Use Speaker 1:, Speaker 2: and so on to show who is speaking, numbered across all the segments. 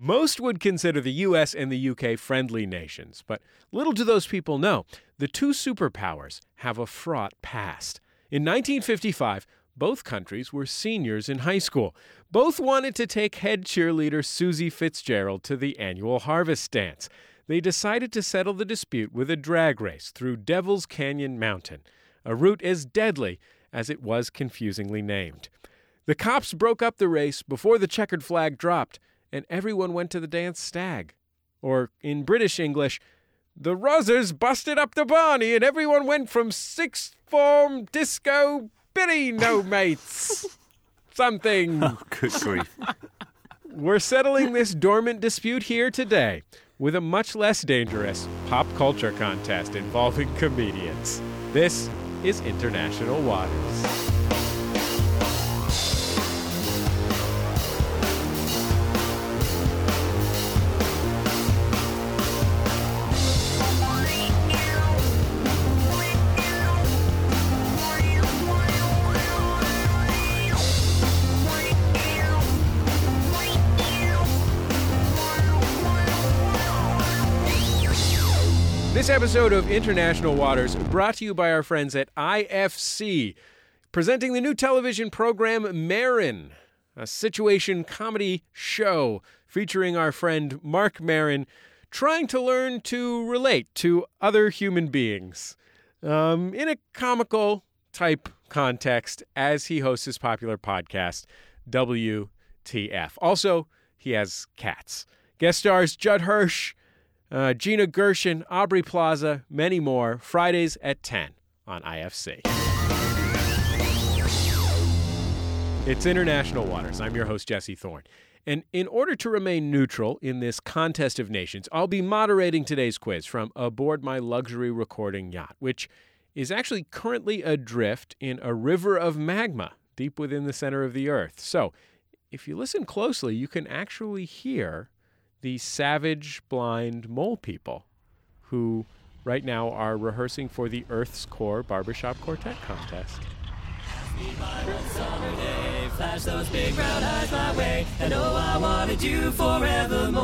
Speaker 1: Most would consider the US and the UK friendly nations, but little do those people know the two superpowers have a fraught past. In 1955, both countries were seniors in high school. Both wanted to take head cheerleader Susie Fitzgerald to the annual harvest dance. They decided to settle the dispute with a drag race through Devil's Canyon Mountain, a route as deadly as it was confusingly named. The cops broke up the race before the checkered flag dropped, and everyone went to the dance stag. Or, in British English, the Rozzers busted up the Barney and everyone went from sixth form disco Billy no mates. Something.
Speaker 2: Oh, good grief.
Speaker 1: We're settling this dormant dispute here today with a much less dangerous pop culture contest involving comedians. This is International Waters. This episode of International Waters brought to you by our friends at IFC, presenting the new television program Marin, a situation comedy show featuring our friend Mark Marin trying to learn to relate to other human beings um, in a comical type context as he hosts his popular podcast, WTF. Also, he has cats. Guest stars Judd Hirsch uh, Gina Gershon, Aubrey Plaza, many more, Fridays at 10 on IFC. It's International Waters. I'm your host, Jesse Thorne. And in order to remain neutral in this contest of nations, I'll be moderating today's quiz from aboard my luxury recording yacht, which is actually currently adrift in a river of magma deep within the center of the Earth. So if you listen closely, you can actually hear the savage blind mole people who right now are rehearsing for the Earth's Core Barbershop Quartet contest.
Speaker 3: Flash those big brown eyes my way, and oh, I wanted you forevermore.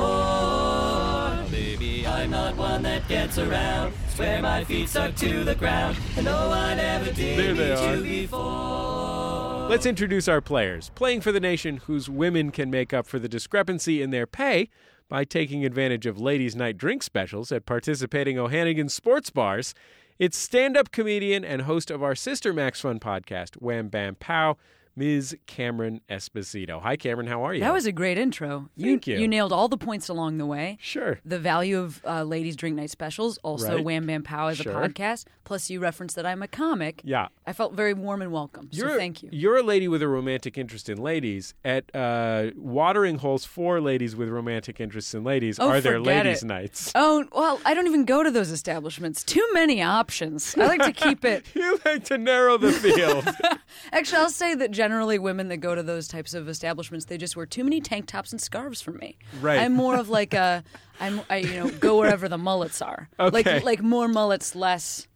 Speaker 3: Baby, I'm not one that gets around. Swear my feet stuck to the ground, and oh, I never did
Speaker 1: There they
Speaker 3: need
Speaker 1: are.
Speaker 3: you before.
Speaker 1: Let's introduce our players, playing for the nation whose women can make up for the discrepancy in their pay by taking advantage of ladies' night drink specials at participating O'Hannigan sports bars. It's stand up comedian and host of our Sister Max Fun podcast, Wham Bam Pow, Ms. Cameron Esposito. Hi, Cameron. How are you?
Speaker 4: That was a great intro.
Speaker 1: Thank you.
Speaker 4: You nailed all the points along the way.
Speaker 1: Sure.
Speaker 4: The value of uh, ladies' drink night specials, also
Speaker 1: Right.
Speaker 4: Wham Bam Pow as
Speaker 1: Sure.
Speaker 4: a podcast. Plus, you referenced that I'm a comic.
Speaker 1: Yeah.
Speaker 4: I felt very warm and welcome. so thank you.
Speaker 1: You're a lady with a romantic interest in ladies. At uh, Watering Holes for Ladies with Romantic Interests in Ladies
Speaker 4: Oh,
Speaker 1: are there
Speaker 4: forget
Speaker 1: ladies'
Speaker 4: it.
Speaker 1: nights.
Speaker 4: Oh well, I don't even go to those establishments. Too many options. I like to keep it.
Speaker 1: You like to narrow the field.
Speaker 4: Actually, I'll say that generally women that go to those types of establishments, they just wear too many tank tops and scarves for me.
Speaker 1: Right.
Speaker 4: I'm more of like a, I'm I you know go wherever the mullets are.
Speaker 1: Okay.
Speaker 4: Like like more mullets, less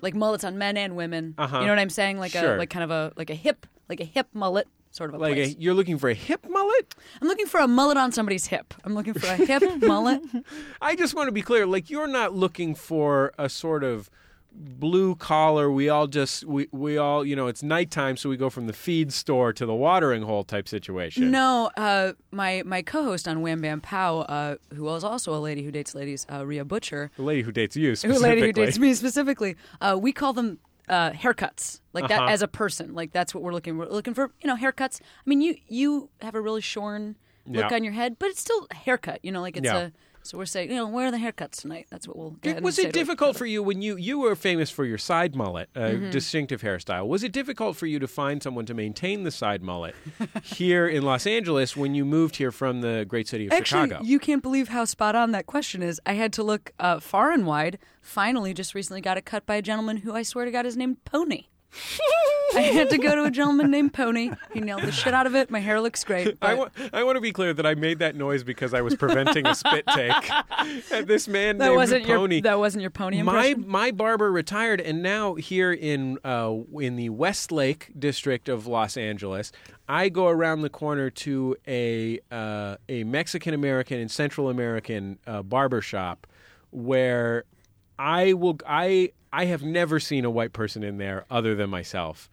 Speaker 4: like mullets on men and women.
Speaker 1: Uh-huh.
Speaker 4: You know what I'm saying? Like
Speaker 1: Sure.
Speaker 4: a like kind of a like a hip like a hip mullet sort of a
Speaker 1: like a,
Speaker 4: place.
Speaker 1: you're looking for a hip mullet?
Speaker 4: I'm looking for a mullet on somebody's hip. I'm looking for a hip mullet.
Speaker 1: I just want to be clear. Like you're not looking for a sort of blue collar. We all just we we all you know it's nighttime, so we go from the feed store to the watering hole type situation.
Speaker 4: No, uh, my my co-host on Wham Bam Pow, uh, who is also a lady who dates ladies, uh, Rhea Butcher,
Speaker 1: the lady who dates you
Speaker 4: who
Speaker 1: specifically.
Speaker 4: lady who dates me specifically. Uh, we call them uh, haircuts, like that
Speaker 1: Uh-huh.
Speaker 4: as a person. Like that's what we're looking. We're looking for you know haircuts. I mean, you you have a really shorn look
Speaker 1: Yeah.
Speaker 4: on your head, but it's still a haircut. You know, like it's
Speaker 1: Yeah.
Speaker 4: a. So we're saying, you know, where are the haircuts tonight? That's what we'll go ahead
Speaker 1: It,
Speaker 4: and
Speaker 1: was
Speaker 4: say
Speaker 1: it
Speaker 4: to
Speaker 1: difficult for you when you you were famous for your side mullet, a
Speaker 4: Mm-hmm.
Speaker 1: distinctive hairstyle? Was it difficult for you to find someone to maintain the side mullet here in Los Angeles when you moved here from the great city of
Speaker 4: Actually,
Speaker 1: Chicago?
Speaker 4: you can't believe how spot on that question is. I had to look uh, far and wide. Finally, just recently got it cut by a gentleman who I swear to God is named Pony. I had to go to a gentleman named Pony. He nailed the shit out of it. My hair looks great.
Speaker 1: I
Speaker 4: but-
Speaker 1: wa- I want to be clear that I made that noise because I was preventing a spit take. And this man
Speaker 4: that
Speaker 1: named
Speaker 4: wasn't
Speaker 1: Pony.
Speaker 4: your that wasn't your pony
Speaker 1: my
Speaker 4: impression.
Speaker 1: my barber retired, and now here in uh, in the Westlake district of Los Angeles, I go around the corner to a uh, a Mexican American and Central American uh, barber shop, where I will I I have never seen a white person in there other than myself.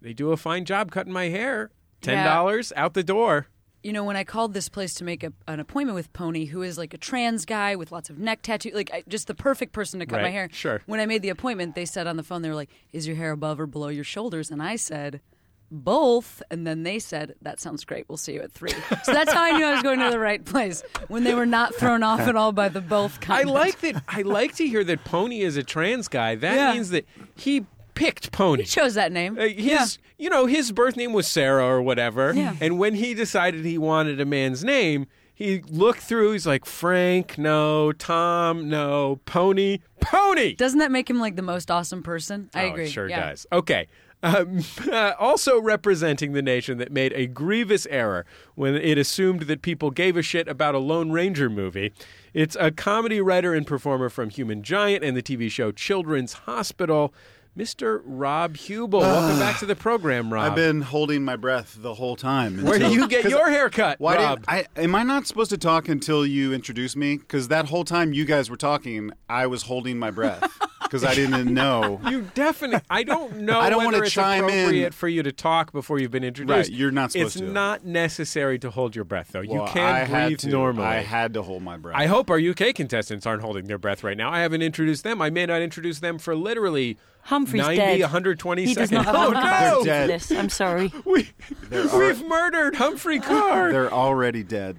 Speaker 1: They do a fine job cutting my hair. Ten dollars out the door.
Speaker 4: you know, when I called this place to make a, an appointment with Pony, who is like a trans guy with lots of neck tattoo, like I, just the perfect person to cut my
Speaker 1: Right,
Speaker 4: hair.
Speaker 1: sure.
Speaker 4: When I made the appointment, they said on the phone, they were like, "Is your hair above or below your shoulders?" And I said, "Both." And then they said, "That sounds great. We'll see you at three. so that's how I knew I was going to the right place when they were not thrown off at all by the both.
Speaker 1: I
Speaker 4: Comment.
Speaker 1: like that. I like to hear that Pony is a trans guy. That
Speaker 4: Yeah.
Speaker 1: means that he picked Pony.
Speaker 4: He chose that name.
Speaker 1: Uh, his, you know, his birth name was Sarah or whatever.
Speaker 4: Yeah.
Speaker 1: And when he decided he wanted a man's name, he looked through. He's like Frank, no. Tom, no. Pony, Pony.
Speaker 4: Doesn't that make him like the most awesome person? I
Speaker 1: Oh,
Speaker 4: agree.
Speaker 1: It sure
Speaker 4: Yeah.
Speaker 1: does. Okay. Um, also representing the nation that made a grievous error when it assumed that people gave a shit about a Lone Ranger movie. It's a comedy writer and performer from Human Giant and the TV show Children's Hospital, Mr. Rob Hubel. Welcome back to the program, Rob.
Speaker 2: I've been holding my breath the whole time.
Speaker 1: Where do
Speaker 2: until-
Speaker 1: you get
Speaker 2: 'cause
Speaker 1: your haircut,
Speaker 2: Why
Speaker 1: Rob?
Speaker 2: did I? Am I not supposed to talk until you introduce me? Because that whole time you guys were talking, I was holding my breath because I didn't know.
Speaker 1: you definitely. I don't know.
Speaker 2: I don't
Speaker 1: whether
Speaker 2: wanna
Speaker 1: it's
Speaker 2: chime in.
Speaker 1: appropriate for you to talk before you've been introduced.
Speaker 2: Right, you're not supposed
Speaker 1: it's
Speaker 2: to.
Speaker 1: It's not necessary to hold your breath, though.
Speaker 2: Well,
Speaker 1: you can
Speaker 2: I had
Speaker 1: breathe
Speaker 2: to-
Speaker 1: normally.
Speaker 2: I had to hold my breath.
Speaker 1: I hope our UK contestants aren't holding their breath right now. I haven't introduced them. I may not introduce them for literally
Speaker 5: Humphrey's
Speaker 1: 90,
Speaker 5: dead.
Speaker 1: 120
Speaker 5: He
Speaker 1: seconds.
Speaker 5: does not have
Speaker 1: oh,
Speaker 5: any capacity
Speaker 1: no!
Speaker 5: for
Speaker 2: Dead.
Speaker 5: this. I'm sorry.
Speaker 1: We,
Speaker 2: are-
Speaker 1: we've murdered Humphrey Carr.
Speaker 2: They're already dead.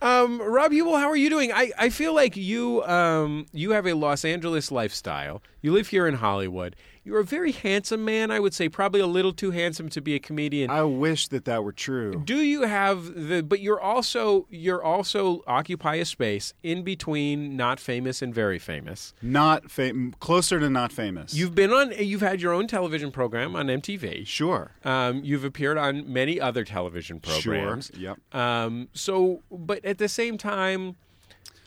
Speaker 1: Um, Rob Hubel, how are you doing? I, I feel like you um, you have a Los Angeles lifestyle. You live here in Hollywood. You're a very handsome man, I would say, probably a little too handsome to be a comedian.
Speaker 2: I wish that that were true.
Speaker 1: do you have the but you're also you're also occupy a space in between not famous and very famous
Speaker 2: Not fam- closer to not famous.
Speaker 1: You've been on. You've had your own television program on MTV.
Speaker 2: sure.
Speaker 1: Um, you've appeared on many other television programs.
Speaker 2: Sure. Yep.
Speaker 1: Um, so, but at the same time,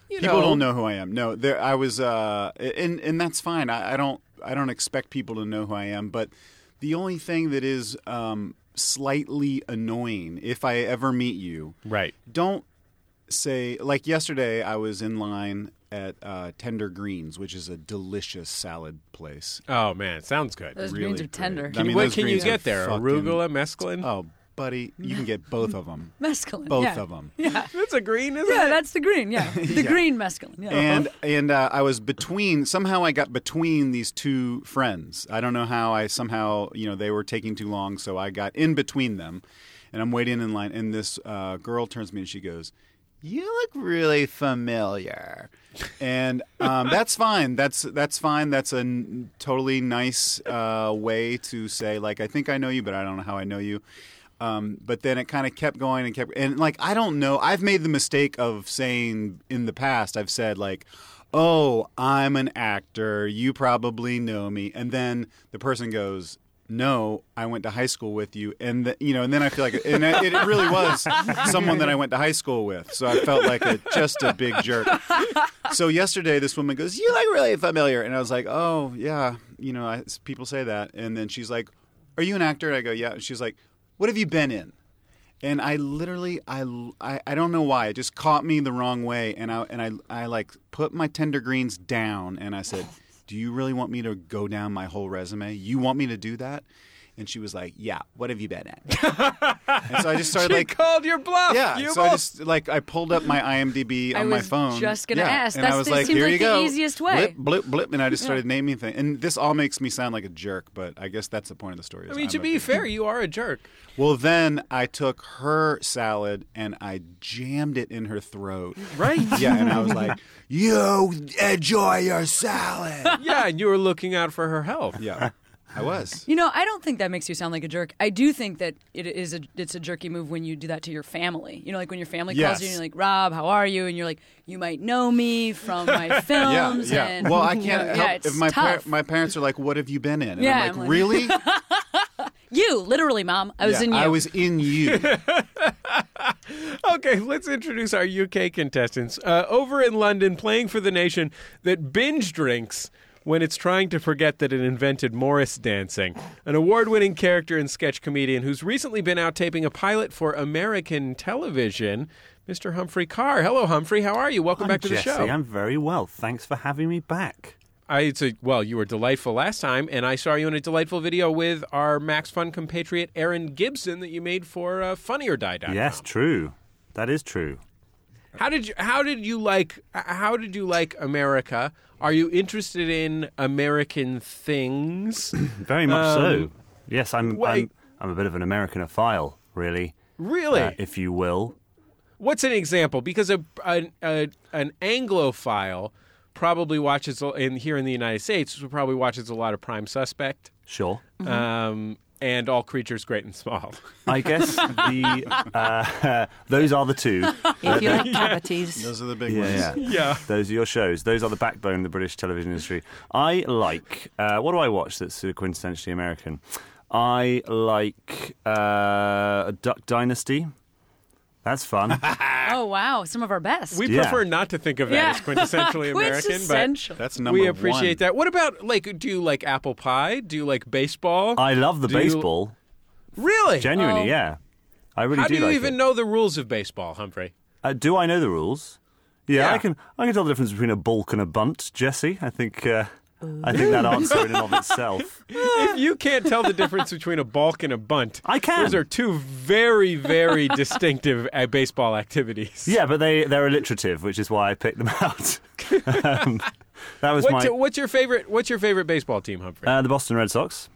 Speaker 1: you
Speaker 2: people don't know who I am. No, there I was, uh, and and that's fine. I, I don't I don't expect people to know who I am. But the only thing that is um, slightly annoying, if I ever meet you,
Speaker 1: Right.
Speaker 2: don't say like yesterday I was in line at uh, Tender Greens, which is a delicious salad place.
Speaker 1: Oh man, it sounds good.
Speaker 4: Those
Speaker 2: Really
Speaker 4: greens are
Speaker 2: great.
Speaker 4: tender.
Speaker 2: I mean,
Speaker 1: what
Speaker 2: those
Speaker 1: can you
Speaker 2: greens
Speaker 1: get
Speaker 2: are
Speaker 1: there?
Speaker 2: fucking-
Speaker 1: Arugula, mescaline.
Speaker 2: Oh, buddy, you can get both of them.
Speaker 4: mescaline.
Speaker 2: Both
Speaker 4: yeah.
Speaker 2: of them.
Speaker 1: That's a green, isn't
Speaker 4: Yeah,
Speaker 1: it?
Speaker 4: that's the green. Yeah, the green mescaline. Yeah.
Speaker 2: and and uh, I was between somehow I got between these two friends. I don't know how I somehow you know they were taking too long, so I got in between them, and I'm waiting in line. And this uh, girl turns to me and she goes, "You look really familiar," and um, that's fine. That's that's fine. That's a n- totally nice uh, way to say like I think I know you, but I don't know how I know you. Um, but then it kind of kept going and kept and like I don't know. I've made the mistake of saying in the past. I've said like, "Oh, I'm an actor. You probably know me," and then the person goes. No, I went to high school with you, and the, you know, and then I feel like, and I, it really was someone that I went to high school with, so I felt like a, just a big jerk. So yesterday, this woman goes, "You look really familiar," and I was like, "Oh yeah, you know, I, people say that." And then she's like, "Are you an actor?" And I go, "Yeah." And she's like, "What have you been in?" And I literally, I, I, I don't know why, it just caught me the wrong way, and I and I, I like put my tender greens down, and I said, "Do you really want me to go down my whole resume? You want me to do that?" And she was like, "Yeah, what have you been in?" and so I just started
Speaker 1: She
Speaker 2: like.
Speaker 1: called your bluff.
Speaker 2: Yeah,
Speaker 1: You
Speaker 2: so I
Speaker 1: both-
Speaker 2: just like I pulled up my IMDb on
Speaker 4: I
Speaker 2: my
Speaker 4: was
Speaker 2: phone.
Speaker 4: just gonna
Speaker 2: Yeah,
Speaker 4: ask.
Speaker 2: and
Speaker 4: That's-
Speaker 2: I was
Speaker 4: that
Speaker 2: like,
Speaker 4: seems
Speaker 2: here
Speaker 4: like
Speaker 2: you
Speaker 4: the
Speaker 2: go,
Speaker 4: easiest way.
Speaker 2: Blip, blip, blip, and I just started naming things. And this all makes me sound like a jerk, but I guess that's the point of the story.
Speaker 1: I
Speaker 2: is
Speaker 1: mean,
Speaker 2: I'm
Speaker 1: to
Speaker 2: a
Speaker 1: be
Speaker 2: big-
Speaker 1: fair, you are a jerk.
Speaker 2: Well, then I took her salad and I jammed it in her throat.
Speaker 1: Right.
Speaker 2: Yeah, and I was like, you enjoy your salad.
Speaker 1: yeah, and you were looking out for her health.
Speaker 2: Yeah. I was.
Speaker 4: You know, I don't think that makes you sound like a jerk. I do think that it is a it's a jerky move when you do that to your family. You know, like when your family calls
Speaker 2: Yes.
Speaker 4: you and you're like, "Rob, how are you?" And you're like, "You might know me from my
Speaker 2: Yeah,
Speaker 4: films."
Speaker 2: yeah.
Speaker 4: And,
Speaker 2: Well, I
Speaker 4: you know,
Speaker 2: can't
Speaker 4: yeah,
Speaker 2: help
Speaker 4: it's
Speaker 2: if my par-
Speaker 4: tough.
Speaker 2: my parents are like, "What have you been in?" And
Speaker 4: Yeah,
Speaker 2: I'm like,
Speaker 4: I'm like-
Speaker 2: "Really?"
Speaker 4: you literally, mom. I was
Speaker 2: Yeah,
Speaker 4: in you.
Speaker 2: I was in you.
Speaker 1: Okay, let's introduce our UK contestants. Uh, over in London, playing for the nation that binge drinks when it's trying to forget that it invented Morris dancing, an award winning character and sketch comedian who's recently been out taping a pilot for American television, Mr. Humphrey Carr. Hello, Humphrey. How are you? Welcome
Speaker 5: I'm
Speaker 1: back to
Speaker 5: Jesse.
Speaker 1: the show.
Speaker 5: I'm very well. Thanks for having me back.
Speaker 1: I, it's a, well, you were delightful last time, and I saw you in a delightful video with our Max Fun compatriot, Aaron Gibson, that you made for uh, FunnyOrDie.com.
Speaker 5: Yes, true. That is true.
Speaker 1: How did you how did you like how did you like America? Are you interested in American things?
Speaker 5: Very much so. Yes, I'm,
Speaker 1: Um, wait.
Speaker 5: I'm. I'm a bit of an Americanophile, really,
Speaker 1: really?
Speaker 5: uh, if you will.
Speaker 1: What's an example? Because a, an a an Anglophile probably watches a- in here in the United States probably watches a lot of Prime Suspect
Speaker 5: Sure.
Speaker 4: Mm-hmm.
Speaker 1: um, and All Creatures Great and Small.
Speaker 5: I guess the uh, those are the two.
Speaker 6: If you like cavities.
Speaker 2: Those are the big ones.
Speaker 5: Yeah, yeah.
Speaker 1: Yeah.
Speaker 5: Those are your shows. Those are the backbone of the British television industry. I like. Uh, what do I watch that's sort of quintessentially American? I like uh, Duck Dynasty. That's fun.
Speaker 4: oh wow, some of our best.
Speaker 1: We
Speaker 5: Yeah.
Speaker 1: prefer not to think of that
Speaker 4: Yeah.
Speaker 1: as quintessentially American, but
Speaker 4: Quintessential.
Speaker 2: That's number
Speaker 1: we appreciate
Speaker 2: one.
Speaker 1: that. What about like do you like apple pie? Do you like baseball?
Speaker 5: I love the
Speaker 1: Do you-
Speaker 5: baseball.
Speaker 1: really?
Speaker 5: Genuinely,
Speaker 4: Oh.
Speaker 5: yeah. I really
Speaker 1: How
Speaker 5: do,
Speaker 1: do you
Speaker 5: like
Speaker 1: even
Speaker 5: it.
Speaker 1: know the rules of baseball, Humphrey?
Speaker 5: Uh, do I know the rules? Yeah,
Speaker 1: Yeah.
Speaker 5: I can. I can tell the difference between a balk and a bunt, Jesse. I think. Uh, I think that answer in and of itself.
Speaker 1: if you can't tell the difference between a balk and a bunt,
Speaker 5: I can.
Speaker 1: Those are two very, very distinctive uh, baseball activities.
Speaker 5: Yeah, but they they're alliterative, which is why I picked them out. um, that was
Speaker 1: What's,
Speaker 5: my
Speaker 1: your- what's your favorite? What's your favorite baseball team, Humphrey?
Speaker 5: uh, the Boston Red Sox.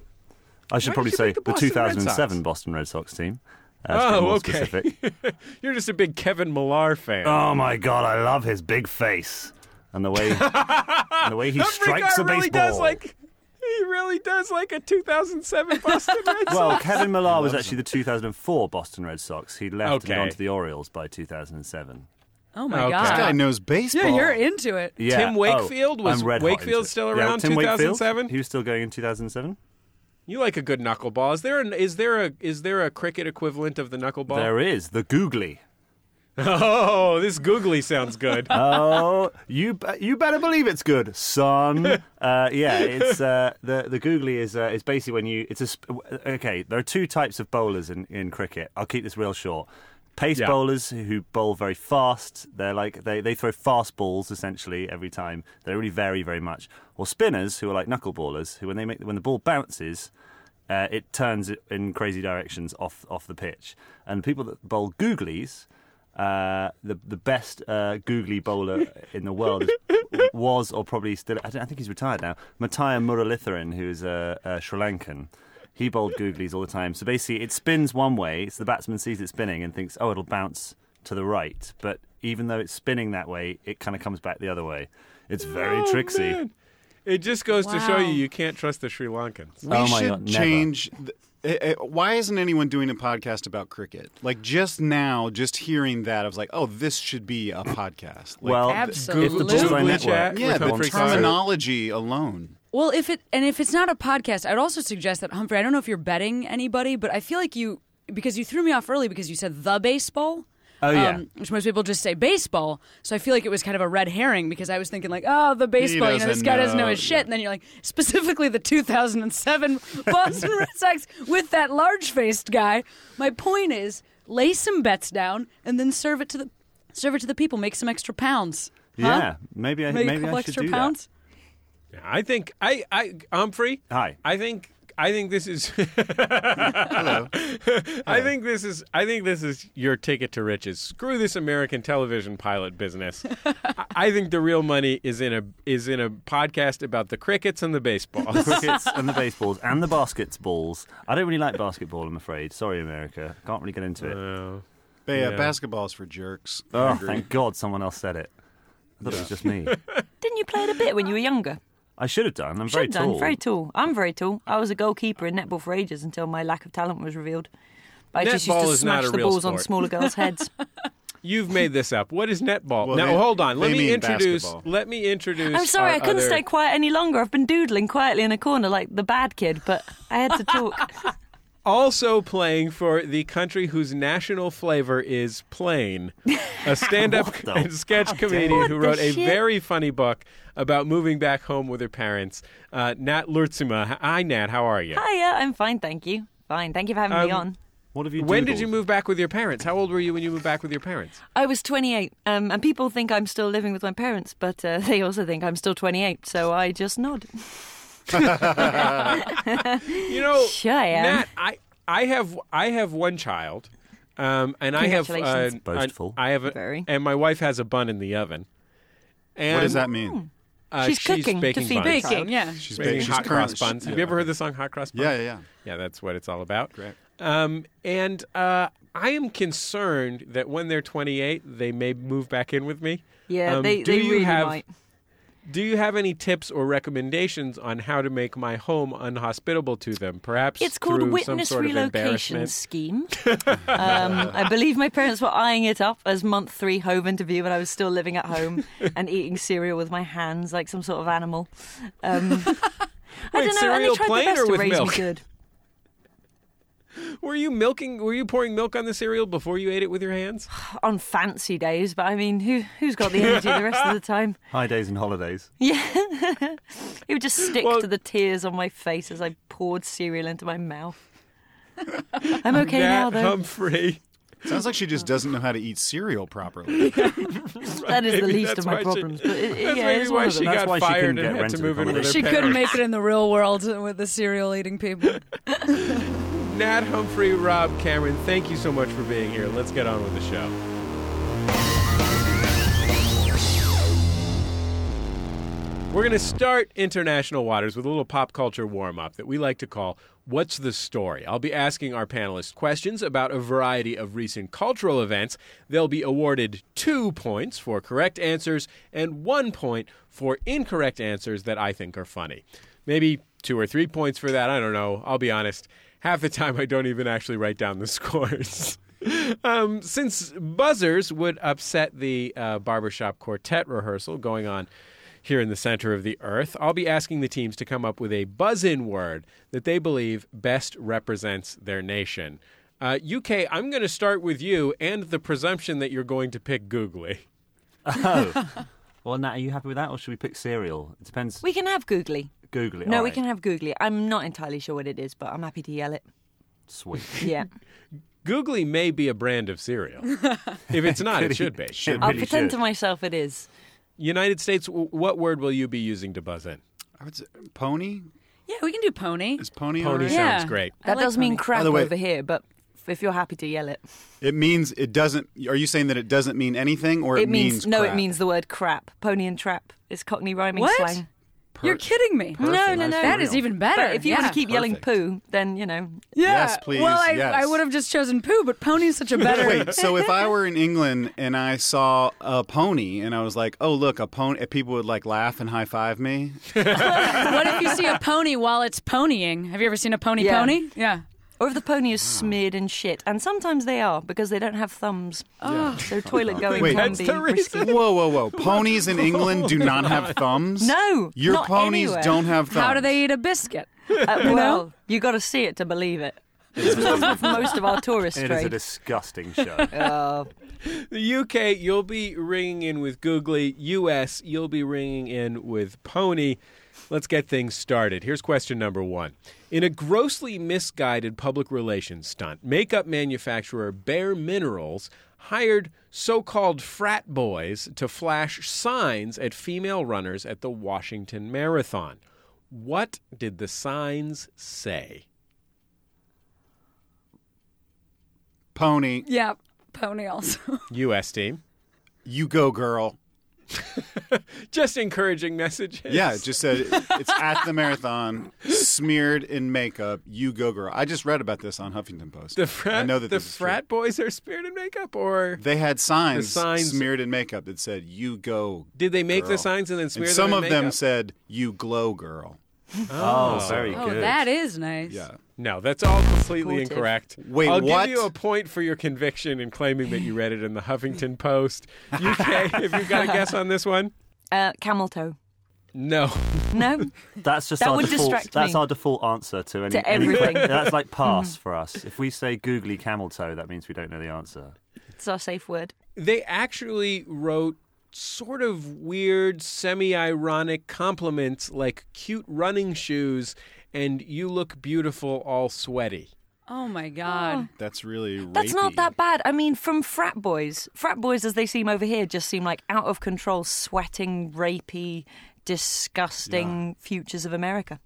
Speaker 5: I should
Speaker 1: Why
Speaker 5: probably
Speaker 1: did you
Speaker 5: say
Speaker 1: pick the Boston
Speaker 5: the
Speaker 1: Red
Speaker 5: 2007
Speaker 1: Sox?
Speaker 5: Boston Red Sox team. Uh, to be
Speaker 1: Oh,
Speaker 5: more
Speaker 1: okay.
Speaker 5: Specific.
Speaker 1: You're just a big Kevin Millar fan.
Speaker 5: Oh my God, I love his big face and the way and the way he
Speaker 1: Humphrey
Speaker 5: strikes
Speaker 1: Carr
Speaker 5: a baseball.
Speaker 1: really does like. He really does like a 2007 Boston Red Sox.
Speaker 5: Well, Kevin Millar was actually the 2004 Boston Red Sox. He left
Speaker 1: Okay.
Speaker 5: and gone to the Orioles by 2007.
Speaker 4: oh my
Speaker 1: Okay.
Speaker 2: This guy
Speaker 4: god.
Speaker 2: knows baseball.
Speaker 4: Yeah, you're into it.
Speaker 5: Yeah.
Speaker 1: Tim Wakefield?
Speaker 5: oh,
Speaker 1: Was
Speaker 5: I'm red hot
Speaker 1: Wakefield
Speaker 5: into it.
Speaker 1: still
Speaker 5: Yeah,
Speaker 1: around
Speaker 5: Tim Wakefield?
Speaker 1: 2007?
Speaker 5: He was still going in 2007.
Speaker 1: you like a good knuckleball. Is there an is there a is there a cricket equivalent of the knuckleball?
Speaker 5: There is the googly.
Speaker 1: Oh, this googly sounds good.
Speaker 5: Oh, you be- you better believe it's good, son. Uh, yeah, it's uh, the the googly is uh, is basically when you it's a sp- okay. There are two types of bowlers in, in cricket. I'll keep this real short. Pace
Speaker 1: Yeah.
Speaker 5: bowlers who bowl very fast. They're like they, they throw fast balls essentially every time. They really vary very much. Or spinners who are like knuckleballers who when they make when the ball bounces. Uh, it turns it in crazy directions off off the pitch, and people that bowl googlies uh, the the best uh, googly bowler in the world is, was or probably still. I, don't, I think he's retired now. Mattia Muralitharan, who is a, a Sri Lankan. He bowled googlies all the time. So basically, it spins one way. So the batsman sees it spinning and thinks, "Oh, it'll bounce to the right." But even though it's spinning that way, it kind of comes back the other way. It's very
Speaker 1: Oh,
Speaker 5: tricksy.
Speaker 1: man. It just goes to show you
Speaker 4: Wow.
Speaker 1: you can't trust the Sri Lankans.
Speaker 2: We
Speaker 5: Oh my
Speaker 2: should
Speaker 5: God, never.
Speaker 2: change. th- eh, eh, why isn't anyone doing a podcast about cricket? Like just now, just hearing that, I was like, oh, this should be a podcast. Like,
Speaker 5: Well,
Speaker 4: Absolutely.
Speaker 5: if the Bullseye
Speaker 4: Googly
Speaker 5: Network,
Speaker 1: chat
Speaker 2: yeah,
Speaker 1: with
Speaker 2: the
Speaker 1: Humphrey Carr.
Speaker 2: terminology alone.
Speaker 4: Well, if it and if it's not a podcast, I'd also suggest that Humphrey. I don't know if you're betting anybody, but I feel like you because you threw me off early because you said the baseball. um,
Speaker 5: Oh, yeah.
Speaker 4: which most people just say baseball. So I feel like it was kind of a red herring because I was thinking like, oh, the baseball. You know, this
Speaker 2: doesn't
Speaker 4: guy doesn't know
Speaker 2: know,
Speaker 4: his
Speaker 2: yeah.
Speaker 4: shit. And then you're like, specifically the 2007 Boston Red Sox with that large-faced guy. My point is, lay some bets down and then serve it to the serve it to the people. Make some extra pounds. Huh?
Speaker 5: yeah, maybe I
Speaker 4: Make a
Speaker 5: maybe
Speaker 4: couple
Speaker 5: I should
Speaker 4: extra
Speaker 5: do
Speaker 4: pounds.
Speaker 1: Yeah, I think I, I Humphrey.
Speaker 5: Hi.
Speaker 1: I think I think this is
Speaker 2: Hello.
Speaker 1: I think this is I think this is your ticket to riches. Screw this American television pilot business. I, I think the real money is in a is in a podcast about the crickets and the
Speaker 5: the
Speaker 1: baseballs.
Speaker 5: crickets and the baseballs and the baskets balls. I don't really like basketball, I'm afraid. Sorry, America. Can't really get into it.
Speaker 1: Oh.
Speaker 2: But yeah,
Speaker 1: Yeah.
Speaker 2: basketball's for jerks. I
Speaker 5: Oh,
Speaker 2: agree.
Speaker 5: thank God someone else said it. I thought it was just me.
Speaker 6: Didn't you play it a bit when you were younger?
Speaker 5: I should have done. I'm
Speaker 7: Should
Speaker 5: very
Speaker 7: have done.
Speaker 5: tall.
Speaker 7: Very tall. I'm very tall. I was a goalkeeper in netball for ages until my lack of talent was revealed. I just used
Speaker 1: Netball
Speaker 7: to
Speaker 1: is not
Speaker 7: smash
Speaker 1: a
Speaker 7: the
Speaker 1: real
Speaker 7: balls on
Speaker 1: sport.
Speaker 7: smaller girls' heads.
Speaker 1: You've made this up. What is netball?
Speaker 2: Well,
Speaker 1: now
Speaker 2: they-
Speaker 1: hold on. Let
Speaker 2: they
Speaker 1: me
Speaker 2: mean
Speaker 1: introduce.
Speaker 2: basketball.
Speaker 1: Let me introduce.
Speaker 7: I'm sorry,
Speaker 1: our
Speaker 7: I couldn't
Speaker 1: other-
Speaker 7: stay quiet any longer. I've been doodling quietly in a corner like the bad kid, but I had to talk.
Speaker 1: Also playing for the country whose national flavor is plain, a stand-up
Speaker 5: the-
Speaker 1: and sketch comedian who
Speaker 7: What
Speaker 1: wrote
Speaker 7: the
Speaker 1: a
Speaker 7: shit?
Speaker 1: very funny book about moving back home with her parents. Uh, Nat Lertzima. Hi, Nat. How are you?
Speaker 7: Hiya, Ah, I'm fine, thank you. Fine, thank you for having me
Speaker 1: Um,
Speaker 7: on.
Speaker 5: What have you?
Speaker 1: When did
Speaker 5: doodled?
Speaker 1: you move back with your parents? How old were you when you moved back with your parents?
Speaker 7: I was 28, um, and people think I'm still living with my parents, but uh, they also think I'm still 28, so I just nod.
Speaker 1: You know,
Speaker 7: Sure I am.
Speaker 1: Nat, I, I have I have one child, um, and I have uh,
Speaker 7: Congratulations.
Speaker 1: an-
Speaker 5: Boastful.
Speaker 1: I have a,
Speaker 7: Very.
Speaker 1: and my wife has a bun in the oven. And,
Speaker 2: What does that mean?
Speaker 1: uh,
Speaker 7: She's cooking to
Speaker 1: baking
Speaker 7: feed
Speaker 1: buns.
Speaker 7: the
Speaker 4: Baking, yeah.
Speaker 2: She's
Speaker 1: Making
Speaker 2: big. She's
Speaker 1: hot
Speaker 2: current-
Speaker 1: cross buns.
Speaker 2: she-
Speaker 1: Have you ever heard the song "Hot Cross Buns"?
Speaker 2: Yeah, yeah, yeah.
Speaker 1: yeah. That's what it's all about.
Speaker 2: Great.
Speaker 1: Um, and uh, I am concerned that when they're 28, they may move back in with me.
Speaker 7: Yeah,
Speaker 1: Um,
Speaker 7: they,
Speaker 1: do
Speaker 7: they
Speaker 1: you
Speaker 7: really
Speaker 1: have,
Speaker 7: might.
Speaker 1: Do you have any tips or recommendations on how to make my home unhospitable to them? Perhaps
Speaker 7: It's called
Speaker 1: through some
Speaker 7: witness
Speaker 1: sort of
Speaker 7: relocation
Speaker 1: embarrassment.
Speaker 7: scheme. um, I believe my parents were eyeing it up as month three home interview when I was still living at home and eating cereal with my hands like some sort of animal. Um, I
Speaker 1: Wait,
Speaker 7: don't know. and
Speaker 1: cereal
Speaker 7: they tried
Speaker 1: plain
Speaker 7: their best
Speaker 1: or
Speaker 7: to
Speaker 1: with
Speaker 7: raise
Speaker 1: milk?
Speaker 7: me good.
Speaker 1: Were you milking? Were you pouring milk on the cereal before you ate it with your hands?
Speaker 7: on fancy days, but I mean, who who's got the energy the rest of the time?
Speaker 5: High days and holidays.
Speaker 7: It would just stick
Speaker 1: Well-
Speaker 7: to the tears on my face as I poured cereal into my mouth. I'm okay now,
Speaker 1: Nat
Speaker 7: though.
Speaker 1: Humphrey.
Speaker 2: Sounds like she just doesn't know how to eat cereal properly.
Speaker 7: that is the
Speaker 1: maybe
Speaker 7: least
Speaker 1: that's
Speaker 7: of my
Speaker 1: why she-
Speaker 7: problems. but it,
Speaker 1: That's
Speaker 7: yeah,
Speaker 1: maybe
Speaker 7: it's one
Speaker 1: why
Speaker 7: of
Speaker 1: she
Speaker 7: them.
Speaker 5: That's
Speaker 1: got
Speaker 5: why she
Speaker 1: fired and
Speaker 5: couldn't get
Speaker 1: had to
Speaker 5: rented
Speaker 1: move in with her
Speaker 4: She
Speaker 5: accommodation.
Speaker 1: parents.
Speaker 4: couldn't make it in the real world with the cereal eating people.
Speaker 1: Nat Humphrey, Rob Cameron, thank you so much for being here. Let's get on with the show. We're going to start international waters with a little pop culture warm up that we like to call What's the Story? I'll be asking our panelists questions about a variety of recent cultural events. They'll be awarded two points for correct answers and one point for incorrect answers that I think are funny. Maybe two or three points for that. I don't know. I'll be honest. Half the time, I don't even actually write down the scores. um, since buzzers would upset the uh, barbershop quartet rehearsal going on here in the center of the earth, I'll be asking the teams to come up with a buzz in word that they believe best represents their nation. Uh, UK, I'm going to start with you and the presumption that you're going to pick googly.
Speaker 5: Well, Nat, are you happy with that, or should we pick cereal? It depends.
Speaker 7: We can have googly.
Speaker 5: Google it.
Speaker 7: No,
Speaker 5: All
Speaker 7: we
Speaker 5: right.
Speaker 7: can have googly. I'm not entirely sure what it is, but I'm happy to yell it.
Speaker 5: Sweet.
Speaker 7: Yeah,
Speaker 1: Googly may be a brand of cereal. if it's not, it should be.
Speaker 5: Should
Speaker 7: I'll
Speaker 5: really
Speaker 7: pretend
Speaker 5: should.
Speaker 7: to myself it is.
Speaker 1: United States, w- what word will you be using to buzz in?
Speaker 2: I would say, pony
Speaker 4: Yeah, we can do pony.
Speaker 2: is pony. all
Speaker 1: Pony
Speaker 2: right?
Speaker 4: Yeah.
Speaker 1: sounds great.
Speaker 4: I
Speaker 7: That
Speaker 4: like
Speaker 7: does mean
Speaker 4: pony.
Speaker 7: crap
Speaker 2: the way-
Speaker 7: over here, but if you're happy to yell it,
Speaker 2: It means it doesn't. Are you saying that it doesn't mean anything, or it,
Speaker 7: means, no.
Speaker 2: crap?
Speaker 7: It means the word crap. Pony and trap. It's Cockney rhyming
Speaker 4: What?
Speaker 7: slang.
Speaker 4: You're kidding me.
Speaker 7: No, no, no.
Speaker 4: That is even better.
Speaker 7: But if you
Speaker 4: yeah.
Speaker 7: want to keep yelling
Speaker 2: Perfect.
Speaker 7: poo, then you know.
Speaker 4: Yeah.
Speaker 2: Yes, please,
Speaker 4: Well, I,
Speaker 2: yes.
Speaker 4: I would have just chosen poo, but pony is such a better.
Speaker 2: Wait, so if I were in England and I saw a pony and I was like, "Oh, look, a pony," people would like laugh and high five me.
Speaker 4: What if you see a pony while it's ponying? Have you ever seen a pony
Speaker 7: Yeah.
Speaker 4: pony? Yeah.
Speaker 7: Or if the pony is
Speaker 2: Ah.
Speaker 7: smeared in shit, and sometimes they are because they don't have thumbs.
Speaker 4: Oh.
Speaker 7: So toilet going
Speaker 2: Wait,
Speaker 7: can
Speaker 2: that's
Speaker 7: be
Speaker 1: the
Speaker 7: risky.
Speaker 1: reason?
Speaker 2: Whoa, whoa, whoa! Ponies in England do not have thumbs.
Speaker 7: No,
Speaker 2: your
Speaker 7: not
Speaker 2: ponies
Speaker 7: anywhere.
Speaker 2: don't have thumbs.
Speaker 4: How do they eat a biscuit?
Speaker 7: Uh, well, you got to see it to believe it. It's responsible for most Oh. of our tourist
Speaker 5: It is a
Speaker 7: trade.
Speaker 5: disgusting show.
Speaker 1: The UK, you'll be ringing in with Googly. US, you'll be ringing in with Pony. Let's get things started. Here's question number one. In a grossly misguided public relations stunt, makeup manufacturer Bare Minerals hired so called frat boys to flash signs at female runners at the Washington Marathon. What did the signs say?
Speaker 2: Pony,
Speaker 4: Yeah, pony also.
Speaker 1: US team.
Speaker 2: you go, girl.
Speaker 1: Just encouraging messages.
Speaker 2: Yeah, it just said it's at the marathon, smeared in makeup. You go, girl. I just read about this on Huffington Post.
Speaker 1: the frat.
Speaker 2: I know that
Speaker 1: the
Speaker 2: this is true.
Speaker 1: frat boys are spirit and makeup, or
Speaker 2: They had signs,
Speaker 1: The signs-
Speaker 2: smeared in makeup that said "You go."
Speaker 1: did they make the
Speaker 2: girl."
Speaker 1: signs and then
Speaker 2: And
Speaker 1: smear
Speaker 2: some
Speaker 1: them?
Speaker 2: of
Speaker 1: in
Speaker 2: them
Speaker 1: makeup?
Speaker 2: said "You glow, girl."
Speaker 5: Oh, very
Speaker 4: Oh,
Speaker 5: good.
Speaker 4: that is nice.
Speaker 2: Yeah.
Speaker 1: No, that's all completely
Speaker 6: Supportive.
Speaker 1: incorrect.
Speaker 2: Wait,
Speaker 1: I'll
Speaker 2: what?
Speaker 1: give you a point for your conviction in claiming that you read it in the Huffington Post. UK, if you've got a guess on this one,
Speaker 6: Uh, camel toe.
Speaker 1: no.
Speaker 6: No,
Speaker 5: That's just
Speaker 6: That
Speaker 5: our
Speaker 6: would
Speaker 5: default.
Speaker 6: distract
Speaker 5: That's
Speaker 6: me.
Speaker 5: our default answer to any,
Speaker 6: To
Speaker 5: any
Speaker 6: everything.
Speaker 5: que- that's like pass for us. If we say googly camel toe, that means we don't know the answer.
Speaker 6: it's our safe word.
Speaker 1: They actually wrote sort of weird, semi ironic compliments like cute running shoes and you look beautiful all sweaty.
Speaker 4: Oh my god.
Speaker 2: That's really rapey.
Speaker 6: That's not that bad. I mean, from frat boys, frat boys as they seem over here just seem like out of control, sweating, rapey, disgusting futures of America.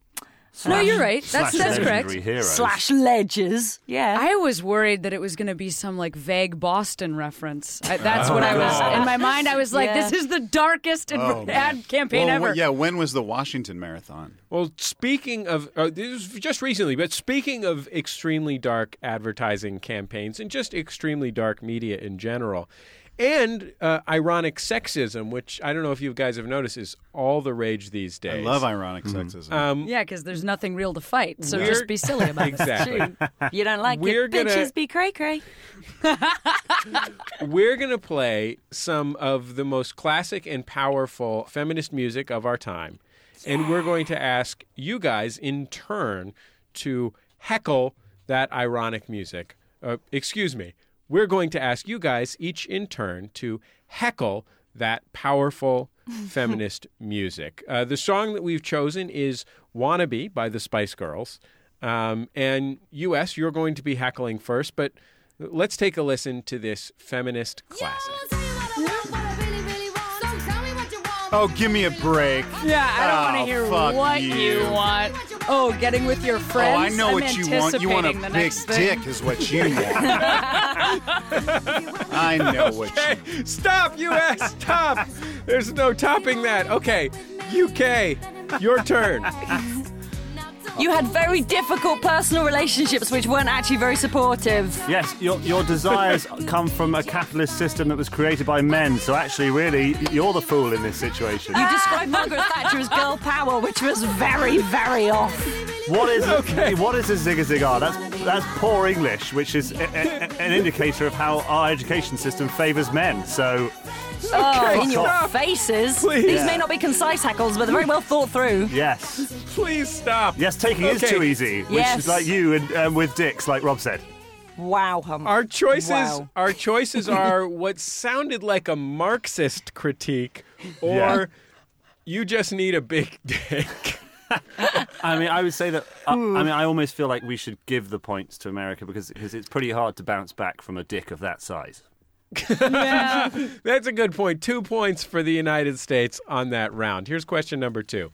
Speaker 4: Oh. No, you're right. That's
Speaker 5: Slash
Speaker 4: that's
Speaker 5: legendary
Speaker 4: correct.
Speaker 5: Heroes.
Speaker 6: Slash ledges. Yeah.
Speaker 4: I was worried that it was going to be some like vague Boston reference. I, that's what
Speaker 2: Oh,
Speaker 4: I was
Speaker 5: God.
Speaker 4: in my mind. I was like,
Speaker 6: Yeah.
Speaker 4: this is the darkest ad- ad campaign
Speaker 2: well,
Speaker 4: ever.
Speaker 2: wh- yeah. When was the Washington Marathon?
Speaker 1: Well, speaking of, uh, this is just recently, but speaking of extremely dark advertising campaigns and just extremely dark media in general, and uh, ironic sexism, which I don't know if you guys have noticed, is all the rage these
Speaker 2: I
Speaker 1: days.
Speaker 2: love ironic sexism.
Speaker 4: Yeah, because there's nothing real to fight, so
Speaker 1: We're-
Speaker 4: just be silly about
Speaker 1: Exactly.
Speaker 4: it. Shoot.
Speaker 6: you don't like
Speaker 1: We're
Speaker 6: your
Speaker 1: gonna-
Speaker 6: bitches be cray cray.
Speaker 1: We're going to play some of the most classic and powerful feminist music of our time. And we're going to ask you guys in turn to heckle that ironic music. Uh, excuse me. We're going to ask you guys each in turn to heckle that powerful feminist music. Uh, the song that we've chosen is Wannabe by the Spice Girls. Um, and US, you're going to be heckling first, but let's take a listen to this feminist classic.
Speaker 2: Oh, give me a break.
Speaker 4: Yeah, I don't want
Speaker 2: Oh,
Speaker 4: to hear
Speaker 2: fuck
Speaker 4: what
Speaker 2: you.
Speaker 4: you. want. Oh, getting with your friends.
Speaker 2: Oh, I know
Speaker 4: I'm
Speaker 2: what you want. You want a
Speaker 4: anticipating the
Speaker 2: big
Speaker 4: next thing.
Speaker 2: dick, is what you want. I know what you
Speaker 1: Hey, stop, US, stop. There's no topping that. Okay, UK, your turn.
Speaker 6: You had very difficult personal relationships which weren't actually very supportive.
Speaker 5: Yes, your, your desires come from a capitalist system that was created by men. So actually, really, you're the fool in this situation.
Speaker 6: You described Margaret Thatcher as girl power, which was very, very off.
Speaker 5: What is what is a zigga ziggar? That's that's poor English, which is a, a, a- an indicator of how our education system favours men. So
Speaker 6: Oh, in
Speaker 5: fuck
Speaker 6: your
Speaker 1: off.
Speaker 6: faces.
Speaker 1: Please.
Speaker 6: These
Speaker 1: Yeah.
Speaker 6: may not be concise heckles, but they're very well thought through.
Speaker 5: yes,
Speaker 1: Please stop.
Speaker 5: yes, taking is
Speaker 1: Okay.
Speaker 5: too easy, which
Speaker 6: Yes.
Speaker 5: is like you and um, with dicks, like Rob said.
Speaker 6: Wow, hum.
Speaker 1: Our choices
Speaker 6: Wow.
Speaker 1: our choices are what sounded like a Marxist critique or
Speaker 5: Yeah.
Speaker 1: you just need a big dick.
Speaker 5: I mean, I would say that. uh, I, I mean, I almost feel like we should give the points to America because because it's pretty hard to bounce back from a dick of that size.
Speaker 1: That's a good point. Two points for the United States on that round. Here's question number two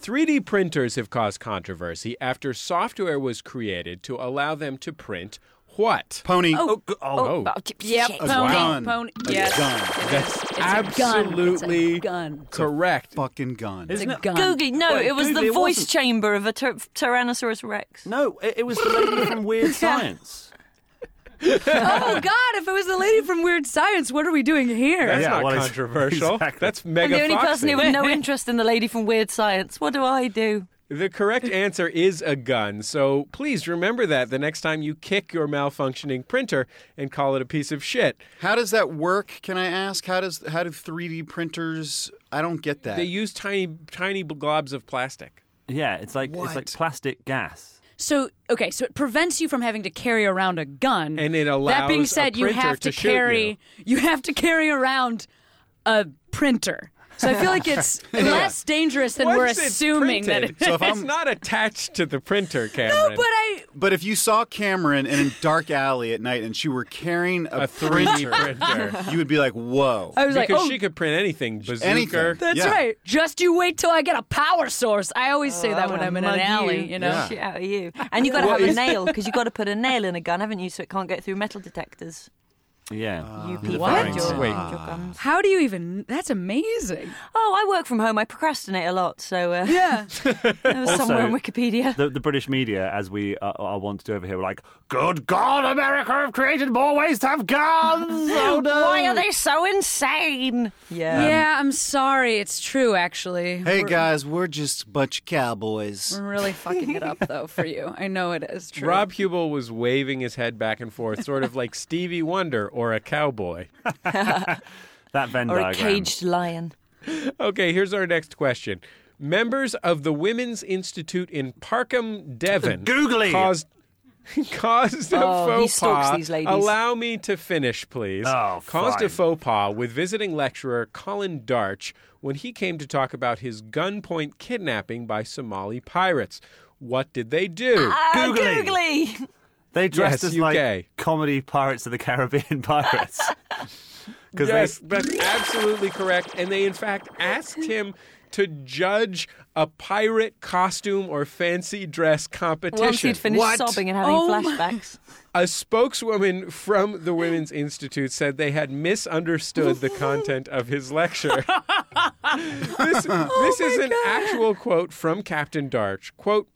Speaker 1: 3D printers have caused controversy after software was created to allow them to print what?
Speaker 2: Pony.
Speaker 5: Oh, g- oh,
Speaker 6: Oh, but-
Speaker 4: Yep,
Speaker 6: shit.
Speaker 2: a
Speaker 4: pony,
Speaker 2: gun.
Speaker 4: pony.
Speaker 2: A
Speaker 4: Yes.
Speaker 2: gun.
Speaker 1: That's
Speaker 4: Gun. It's
Speaker 1: absolutely
Speaker 4: a gun.
Speaker 1: correct.
Speaker 2: Fucking gun.
Speaker 4: It's a gun.
Speaker 6: Googly, no,
Speaker 5: Wait,
Speaker 6: it was
Speaker 5: Googly,
Speaker 6: the
Speaker 5: it
Speaker 6: voice
Speaker 5: wasn't-
Speaker 6: chamber of a tyr- Tyrannosaurus Rex.
Speaker 5: no, it, it was the lady from Weird Science.
Speaker 4: Oh God! If it was the lady from Weird Science, what are we doing here?
Speaker 1: That's
Speaker 5: Yeah,
Speaker 1: not
Speaker 5: well, it's-
Speaker 1: controversial.
Speaker 5: exactly.
Speaker 1: That's
Speaker 6: I'm
Speaker 1: mega
Speaker 6: the only
Speaker 1: foxy.
Speaker 6: person who had no interest in the lady from Weird Science. What do I do?
Speaker 1: The correct answer is a gun, so please remember that the next time you kick your malfunctioning printer and call it a piece of shit.
Speaker 2: How does that work? Can I ask? How does how do 3D printers? I don't get that.
Speaker 1: They use tiny, tiny globs of plastic.
Speaker 5: Yeah, it's like
Speaker 2: What?
Speaker 5: it's like plastic gas.
Speaker 4: So okay, so it prevents you from having to carry around a gun,
Speaker 1: And it
Speaker 4: That being
Speaker 1: allows a
Speaker 4: said, you
Speaker 1: printer
Speaker 4: have to,
Speaker 1: to shoot
Speaker 4: carry you. have to carry around a printer. So I feel like it's less dangerous than we're
Speaker 1: Once it's
Speaker 4: assuming that.
Speaker 1: printed,
Speaker 4: It,
Speaker 2: So if
Speaker 1: it's
Speaker 2: I'm-
Speaker 1: not attached to the printer,
Speaker 4: no,
Speaker 1: Cameron.
Speaker 4: but I
Speaker 2: but if you saw Cameron in a dark alley at night and she were carrying a,
Speaker 1: a 3D printer.
Speaker 2: you would be like, "Whoa!"
Speaker 4: I was like,
Speaker 1: because
Speaker 4: oh,
Speaker 1: she could print anything, bazooka.
Speaker 2: Anything.
Speaker 4: that's
Speaker 2: Yeah.
Speaker 4: right. Just you wait till I get a power source. I always say
Speaker 1: Oh,
Speaker 4: that when I'm in an
Speaker 6: Mug
Speaker 4: alley, you know.
Speaker 6: Shit out of you. And you've got to have a nail because you've got to put a nail in a gun, haven't you? So it can't get through metal detectors.
Speaker 5: Yeah.
Speaker 6: you
Speaker 5: The
Speaker 6: people
Speaker 4: What?
Speaker 6: and your,
Speaker 5: Barrington.
Speaker 6: and your gums.
Speaker 4: How do you even? That's amazing.
Speaker 6: Oh, I work from home. I procrastinate a lot, so uh,
Speaker 4: Yeah.
Speaker 6: there was
Speaker 5: Also-
Speaker 6: somewhere on Wikipedia.
Speaker 5: The, the British media, as we uh, are wont to do over here, were like, "Good God, America have created more ways to have guns." Oh no!
Speaker 6: Why are they so insane?
Speaker 1: Um,
Speaker 6: Yeah.
Speaker 4: yeah, I'm sorry. It's true, actually.
Speaker 2: Hey
Speaker 4: We're-
Speaker 2: guys, we're just a bunch of cowboys.
Speaker 4: We're really fucking it up, though, for you. I know it is true.
Speaker 1: Rob Hubel was waving his head back and forth, sort of like Stevie Wonder or a cowboy.
Speaker 5: That Venn
Speaker 6: Or a
Speaker 5: diagram.
Speaker 6: caged lion.
Speaker 1: Okay, here's our next question. Members of the Women's Institute in Parkham, Devon,
Speaker 5: Googly.
Speaker 1: caused caused a
Speaker 6: Oh, he
Speaker 1: faux
Speaker 6: stalks
Speaker 1: pas.
Speaker 6: these ladies.
Speaker 1: Allow me to finish, please.
Speaker 5: Oh,
Speaker 1: caused a
Speaker 5: fine.
Speaker 1: faux pas with visiting lecturer Colin Darch when he came to talk about his gunpoint kidnapping by Somali pirates. What did they do?
Speaker 6: Ah,
Speaker 5: Googly.
Speaker 6: Googly.
Speaker 5: They dressed
Speaker 1: Yes,
Speaker 5: as
Speaker 1: UK.
Speaker 5: like comedy pirates of the Caribbean pirates. Because
Speaker 1: Yes, that's absolutely correct. And they, in fact, asked him to judge a pirate costume or fancy dress
Speaker 6: Once
Speaker 1: competition.
Speaker 6: you'd finished sobbing and having
Speaker 4: Oh my-
Speaker 6: flashbacks.
Speaker 1: a spokeswoman from the Women's Institute said they had misunderstood the content of his lecture. this
Speaker 4: Oh
Speaker 1: this is an actual quote from Captain Darch. Quote,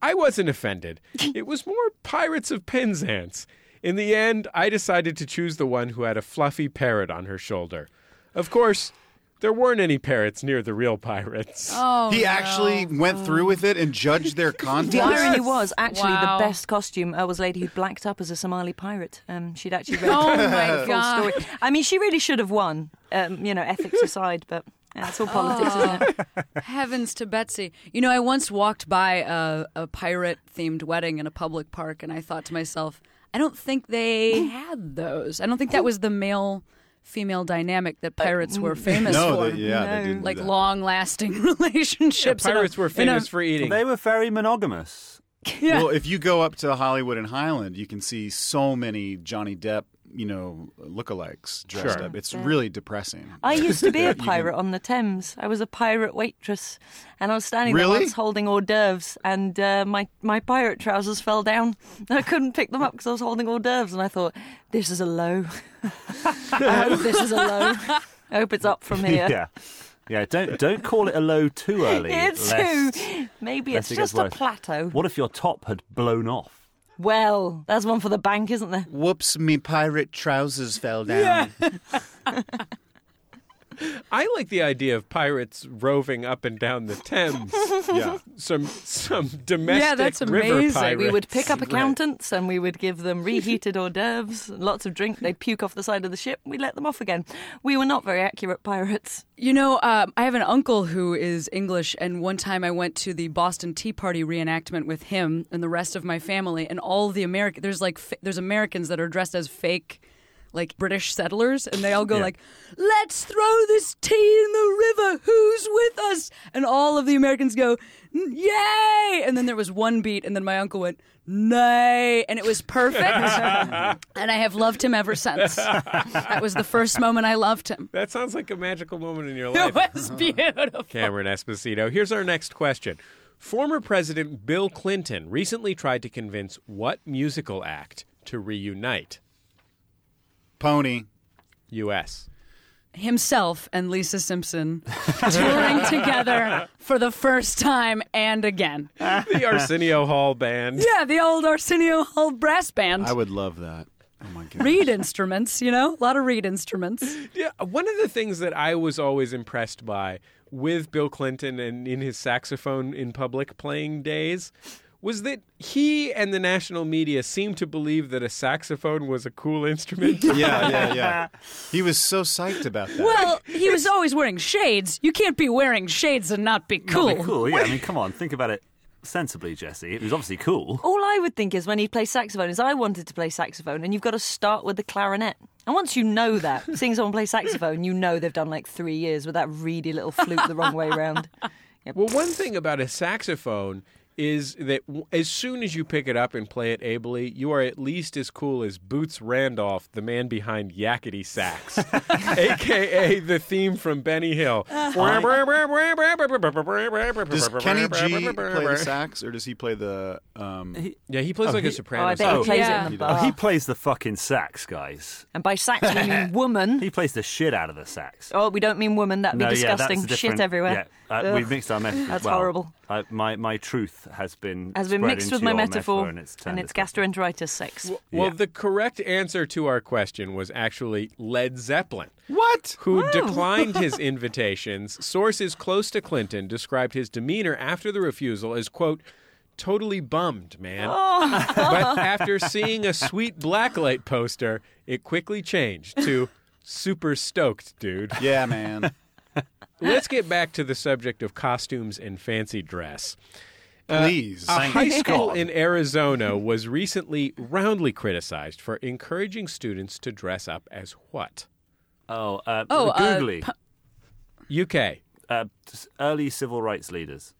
Speaker 1: I wasn't offended. It was more Pirates of Penzance. In the end, I decided to choose the one who had a fluffy parrot on her shoulder. Of course, there weren't any parrots near the real pirates.
Speaker 4: Oh,
Speaker 2: he
Speaker 4: no.
Speaker 2: actually went through with it and judged their content.
Speaker 6: The irony was actually
Speaker 4: Wow.
Speaker 6: the best costume uh, was a lady who blacked up as a Somali pirate. Um, she'd actually read
Speaker 4: Oh
Speaker 6: the
Speaker 4: my
Speaker 6: full
Speaker 4: god.
Speaker 6: story. I mean, she really should have won. Um, you know, ethics aside, but yeah, it's all
Speaker 4: Oh.
Speaker 6: politics, isn't it?
Speaker 4: Heavens to Betsy. You know, I once walked by a, a pirate themed wedding in a public park and I thought to myself, I don't think
Speaker 1: Mm.
Speaker 4: they had those. I don't think that was the male female dynamic that pirates
Speaker 1: mm.
Speaker 4: were famous
Speaker 2: no,
Speaker 4: for.
Speaker 2: they, yeah, they
Speaker 6: No.
Speaker 2: didn't. do
Speaker 4: Like
Speaker 2: that.
Speaker 4: long lasting relationships. in a-
Speaker 1: pirates were
Speaker 4: in a-
Speaker 1: famous for eating.
Speaker 5: they were very monogamous.
Speaker 4: Yeah.
Speaker 2: Well, if you go up to Hollywood and Highland, you can see so many Johnny Depp, you know, lookalikes dressed
Speaker 1: Sure.
Speaker 2: up. It's really depressing.
Speaker 6: I used to be
Speaker 2: Yeah,
Speaker 6: a
Speaker 2: you can-
Speaker 6: pirate on the Thames. I was a pirate waitress, and I was standing
Speaker 2: Really?
Speaker 6: there once holding hors d'oeuvres, and uh, my my pirate trousers fell down. And I couldn't pick them up because I was holding hors d'oeuvres, and I thought, this is a low. I hope this is a low. I hope it's up from here.
Speaker 5: yeah. Yeah, don't don't call it a low too early.
Speaker 6: It's
Speaker 5: lest-
Speaker 6: too. Maybe
Speaker 5: lest
Speaker 6: it's
Speaker 5: it gets
Speaker 6: just a
Speaker 5: worse.
Speaker 6: plateau.
Speaker 5: What if your top had blown off?
Speaker 6: Well, that's one for the bank, isn't there?
Speaker 2: Whoops, me pirate trousers fell down.
Speaker 1: I like the idea of pirates roving up and down the Thames. Some some domestic
Speaker 4: Yeah, that's
Speaker 1: river
Speaker 4: amazing.
Speaker 1: pirate.
Speaker 6: We would pick up accountants and we would give them reheated hors d'oeuvres, lots of drink. They'd puke off the side of the ship. We'd let them off again. We were not very accurate pirates.
Speaker 4: You know, um, I have an uncle who is English, and one time I went to the Boston Tea Party reenactment with him and the rest of my family, and all the American. There's like fa- there's Americans that are dressed as fake, like British settlers, and they all go
Speaker 5: Yeah.
Speaker 4: like, "Let's throw this tea in the river. Who's with us?" And all of the Americans go, "N- "Yay!" And then there was one beat, and then my uncle went, "Nay," and it was perfect. and I have loved him ever since. that was the first moment I loved him.
Speaker 1: That sounds like a magical moment in your
Speaker 4: It
Speaker 1: life,
Speaker 4: was beautiful.
Speaker 1: Cameron Esposito. Here's our next question. Former President Bill Clinton recently tried to convince what musical act to reunite?
Speaker 2: Pony.
Speaker 1: U.S.
Speaker 4: Himself and Lisa Simpson touring together for the first time and again.
Speaker 1: The Arsenio Hall Band.
Speaker 4: Yeah, the old Arsenio Hall brass band.
Speaker 2: I would love that. Oh my god.
Speaker 4: reed instruments, you know, a lot of reed instruments.
Speaker 1: Yeah, one of the things that I was always impressed by with Bill Clinton and in his saxophone in public playing days was that he and the national media seemed to believe that a saxophone was a cool instrument.
Speaker 2: Yeah, yeah, yeah. He was so psyched about that.
Speaker 4: Well, he was always wearing shades. You can't be wearing shades and not be cool.
Speaker 5: That'd be cool. Yeah, I mean, come on, think about it sensibly, Jesse. It was obviously cool.
Speaker 6: All I would think is when he plays saxophone is I wanted to play saxophone, and you've got to start with the clarinet. And once you know that, seeing someone play saxophone, you know they've done like three years with that reedy little flute the wrong way round.
Speaker 1: well, one thing about a saxophone is that w- as soon as you pick it up and play it ably, you are at least as cool as Boots Randolph, the man behind Yakety Sax, aka the theme from Benny Hill.
Speaker 2: Does Kenny G play the sax, or does he play the? Um,
Speaker 1: Yeah, he plays like a soprano.
Speaker 6: Oh, I bet
Speaker 1: sax.
Speaker 6: he plays
Speaker 4: Yeah.
Speaker 6: it in the
Speaker 2: He
Speaker 6: bar.
Speaker 5: He plays the fucking sax, guys.
Speaker 6: and by sax we mean woman.
Speaker 5: He plays the shit out of the sax.
Speaker 6: Oh, we don't mean woman. That'd be
Speaker 5: No, yeah, that's
Speaker 6: disgusting.
Speaker 5: a different-
Speaker 6: Shit everywhere.
Speaker 5: Yeah, uh,
Speaker 6: Ugh.
Speaker 5: we've mixed our metaphors.
Speaker 6: That's
Speaker 5: well,
Speaker 6: horrible.
Speaker 5: I, my my truth has been
Speaker 6: Has been
Speaker 5: spread
Speaker 6: mixed
Speaker 5: into
Speaker 6: with my
Speaker 5: your
Speaker 6: metaphor,
Speaker 5: and it's,
Speaker 6: and
Speaker 5: turned
Speaker 6: it's
Speaker 5: into-
Speaker 6: gastroenteritis sex.
Speaker 1: Well,
Speaker 5: Yeah.
Speaker 1: the correct answer to our question was actually Led Zeppelin.
Speaker 2: what?
Speaker 1: who declined his invitations. Sources close to Clinton described his demeanor after the refusal as, quote, totally bummed, man. but after seeing a sweet blacklight poster, it quickly changed to super stoked, dude.
Speaker 2: Yeah, man.
Speaker 1: Let's get back to the subject of costumes and fancy dress.
Speaker 2: Please.
Speaker 1: A high school
Speaker 5: God.
Speaker 1: in Arizona was recently roundly criticized for encouraging students to dress up as what?
Speaker 5: Oh, uh,
Speaker 4: Oh, uh,
Speaker 5: googly.
Speaker 4: pu-
Speaker 1: UK.
Speaker 5: uh, s- early civil rights leaders.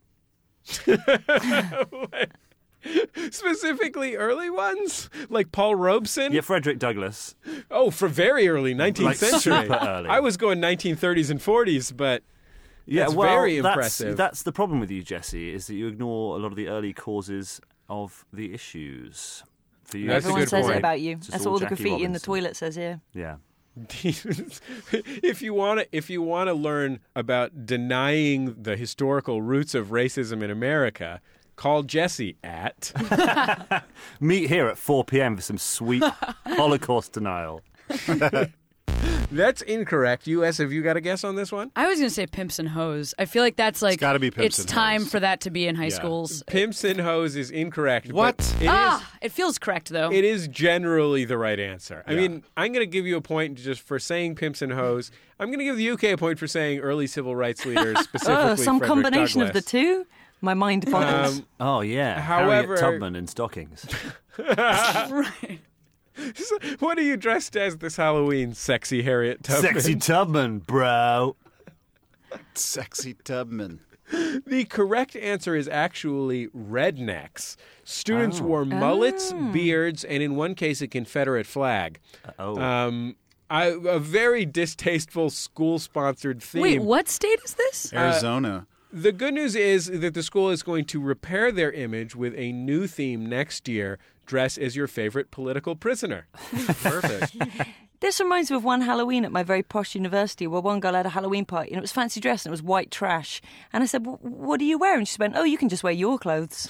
Speaker 1: specifically early ones like Paul Robeson.
Speaker 5: Yeah, Frederick Douglass.
Speaker 1: Oh, for very early 19th
Speaker 5: Like
Speaker 1: century.
Speaker 5: super early.
Speaker 1: I was going 1930s and 40s, but
Speaker 5: Yeah,
Speaker 1: That's
Speaker 5: well,
Speaker 1: very
Speaker 5: that's-
Speaker 1: impressive.
Speaker 5: That's, the problem with you, Jesse, is that you ignore a lot of the early causes of the issues. For you,
Speaker 1: That's a
Speaker 6: Everyone
Speaker 1: good
Speaker 6: says
Speaker 1: point.
Speaker 6: it about you.
Speaker 5: It's
Speaker 6: That's
Speaker 5: all
Speaker 6: all the
Speaker 5: Jackie
Speaker 6: graffiti in the
Speaker 5: Robinson.
Speaker 6: toilet says here.
Speaker 5: Yeah.
Speaker 1: if you want to if you want to learn about denying the historical roots of racism in America, call Jesse at
Speaker 5: Meet here at 4 p.m. for some sweet Holocaust denial.
Speaker 1: That's incorrect. US, have you got a guess on this one?
Speaker 4: I was gonna say pimps and hoes. I feel like that's like
Speaker 2: gotta be pimps
Speaker 4: it's
Speaker 2: and
Speaker 4: time
Speaker 2: hoes.
Speaker 4: for that to be in high schools.
Speaker 1: Pimps and hose is incorrect. but
Speaker 2: What?
Speaker 1: It is
Speaker 4: Ah, it feels correct though.
Speaker 1: It is generally the right answer. I mean, I'm going to give you a point just for saying pimps and hoes. I'm going to give the UK a point for saying early civil rights leaders, specifically
Speaker 6: Oh, some
Speaker 1: Frederick
Speaker 6: combination of the
Speaker 1: Douglass.
Speaker 6: two. My mind boggles.
Speaker 1: Um,
Speaker 5: Oh, yeah.
Speaker 1: However-
Speaker 5: Harriet Tubman in stockings.
Speaker 4: Uh, right.
Speaker 1: so what are you dressed as this Halloween, sexy Harriet Tubman?
Speaker 5: Sexy Tubman, bro.
Speaker 2: Sexy Tubman.
Speaker 1: The correct answer is actually rednecks. Students wore mullets,
Speaker 6: Oh.
Speaker 1: beards, and in one case, a Confederate flag.
Speaker 5: Oh.
Speaker 1: Um, I, a very distasteful school-sponsored theme.
Speaker 4: Wait, what state is
Speaker 2: Uh,
Speaker 4: this?
Speaker 2: Arizona.
Speaker 1: The good news is that the school is going to repair their image with a new theme next year. Dress as your favorite political prisoner. Perfect.
Speaker 6: This reminds me of one Halloween at my very posh university where one girl had a Halloween party and it was fancy dress and it was white trash. And I said, "Wh- What do you wear? And she went, Oh, you can just wear your clothes.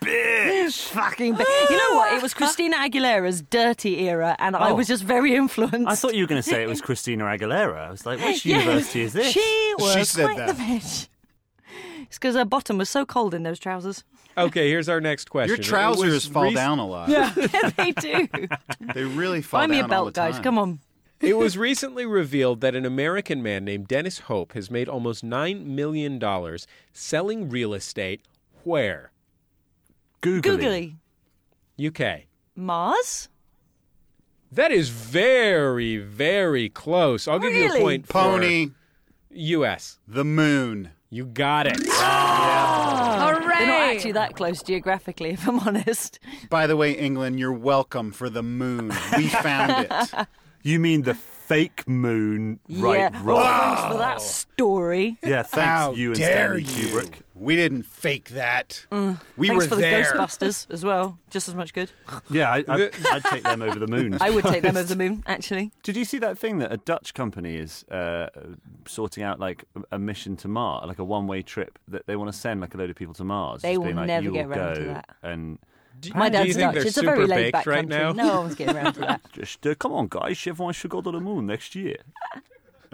Speaker 6: bitch! Fucking bitch. You know what? It was Christina Aguilera's dirty era and I
Speaker 5: Oh.
Speaker 6: was just very influenced.
Speaker 5: I thought you were going to say it was Christina Aguilera. I was like, which
Speaker 6: Yes.
Speaker 5: university is this?
Speaker 6: She was
Speaker 2: said
Speaker 6: quite
Speaker 2: that.
Speaker 6: the bitch. It's because her bottom was so cold in those trousers.
Speaker 1: Okay, here's our next question.
Speaker 2: Your
Speaker 1: It
Speaker 2: trousers
Speaker 1: was
Speaker 2: fall
Speaker 1: rec-
Speaker 2: down a lot.
Speaker 6: yeah, they do.
Speaker 2: They really fall
Speaker 6: Buy me
Speaker 2: down
Speaker 6: a
Speaker 2: all the
Speaker 6: belt, guys.
Speaker 2: time.
Speaker 6: Come on.
Speaker 1: It was recently revealed that an American man named Dennis Hope has made almost $9 million selling real estate where?
Speaker 5: Googly.
Speaker 6: Googly.
Speaker 1: UK.
Speaker 6: Mars?
Speaker 1: That is very, very close. I'll give you a
Speaker 6: Really?
Speaker 1: point for
Speaker 2: Pony,
Speaker 1: US.
Speaker 2: the moon.
Speaker 1: You got it.
Speaker 4: Hooray!
Speaker 6: They're not actually that close geographically, if I'm honest.
Speaker 2: By the way, England, you're welcome for the moon. We found it.
Speaker 5: You mean the fake moon, right?
Speaker 6: yeah.
Speaker 5: Rob?
Speaker 6: Oh, thanks for that story.
Speaker 5: Yeah, thanks,
Speaker 2: How
Speaker 5: you and
Speaker 2: dare
Speaker 5: Stanley
Speaker 2: you?
Speaker 5: Kubrick.
Speaker 2: We didn't fake that. We
Speaker 6: thanks
Speaker 2: were
Speaker 6: for the
Speaker 2: there.
Speaker 6: Ghostbusters as well. Just as much good.
Speaker 5: Yeah, I, I, I'd take them over the moon.
Speaker 6: I would take them over the moon, actually.
Speaker 5: Did you see that thing that a Dutch company is uh, sorting out, like a a mission to Mars, like a one-way trip that they want to send like a load of people to Mars?
Speaker 6: They
Speaker 5: Just
Speaker 6: will
Speaker 5: being like,
Speaker 6: never
Speaker 5: "You'll
Speaker 6: get
Speaker 5: go
Speaker 6: round to that.
Speaker 5: And
Speaker 1: Do,
Speaker 6: My
Speaker 1: do
Speaker 6: dad's
Speaker 1: you think
Speaker 6: Dutch.
Speaker 1: they're
Speaker 6: It's a
Speaker 1: super
Speaker 6: very laid
Speaker 1: baked
Speaker 6: back
Speaker 1: right
Speaker 6: country.
Speaker 1: now?
Speaker 6: No one's getting around to that.
Speaker 5: just uh, come on, guys, everyone should go to the moon next year.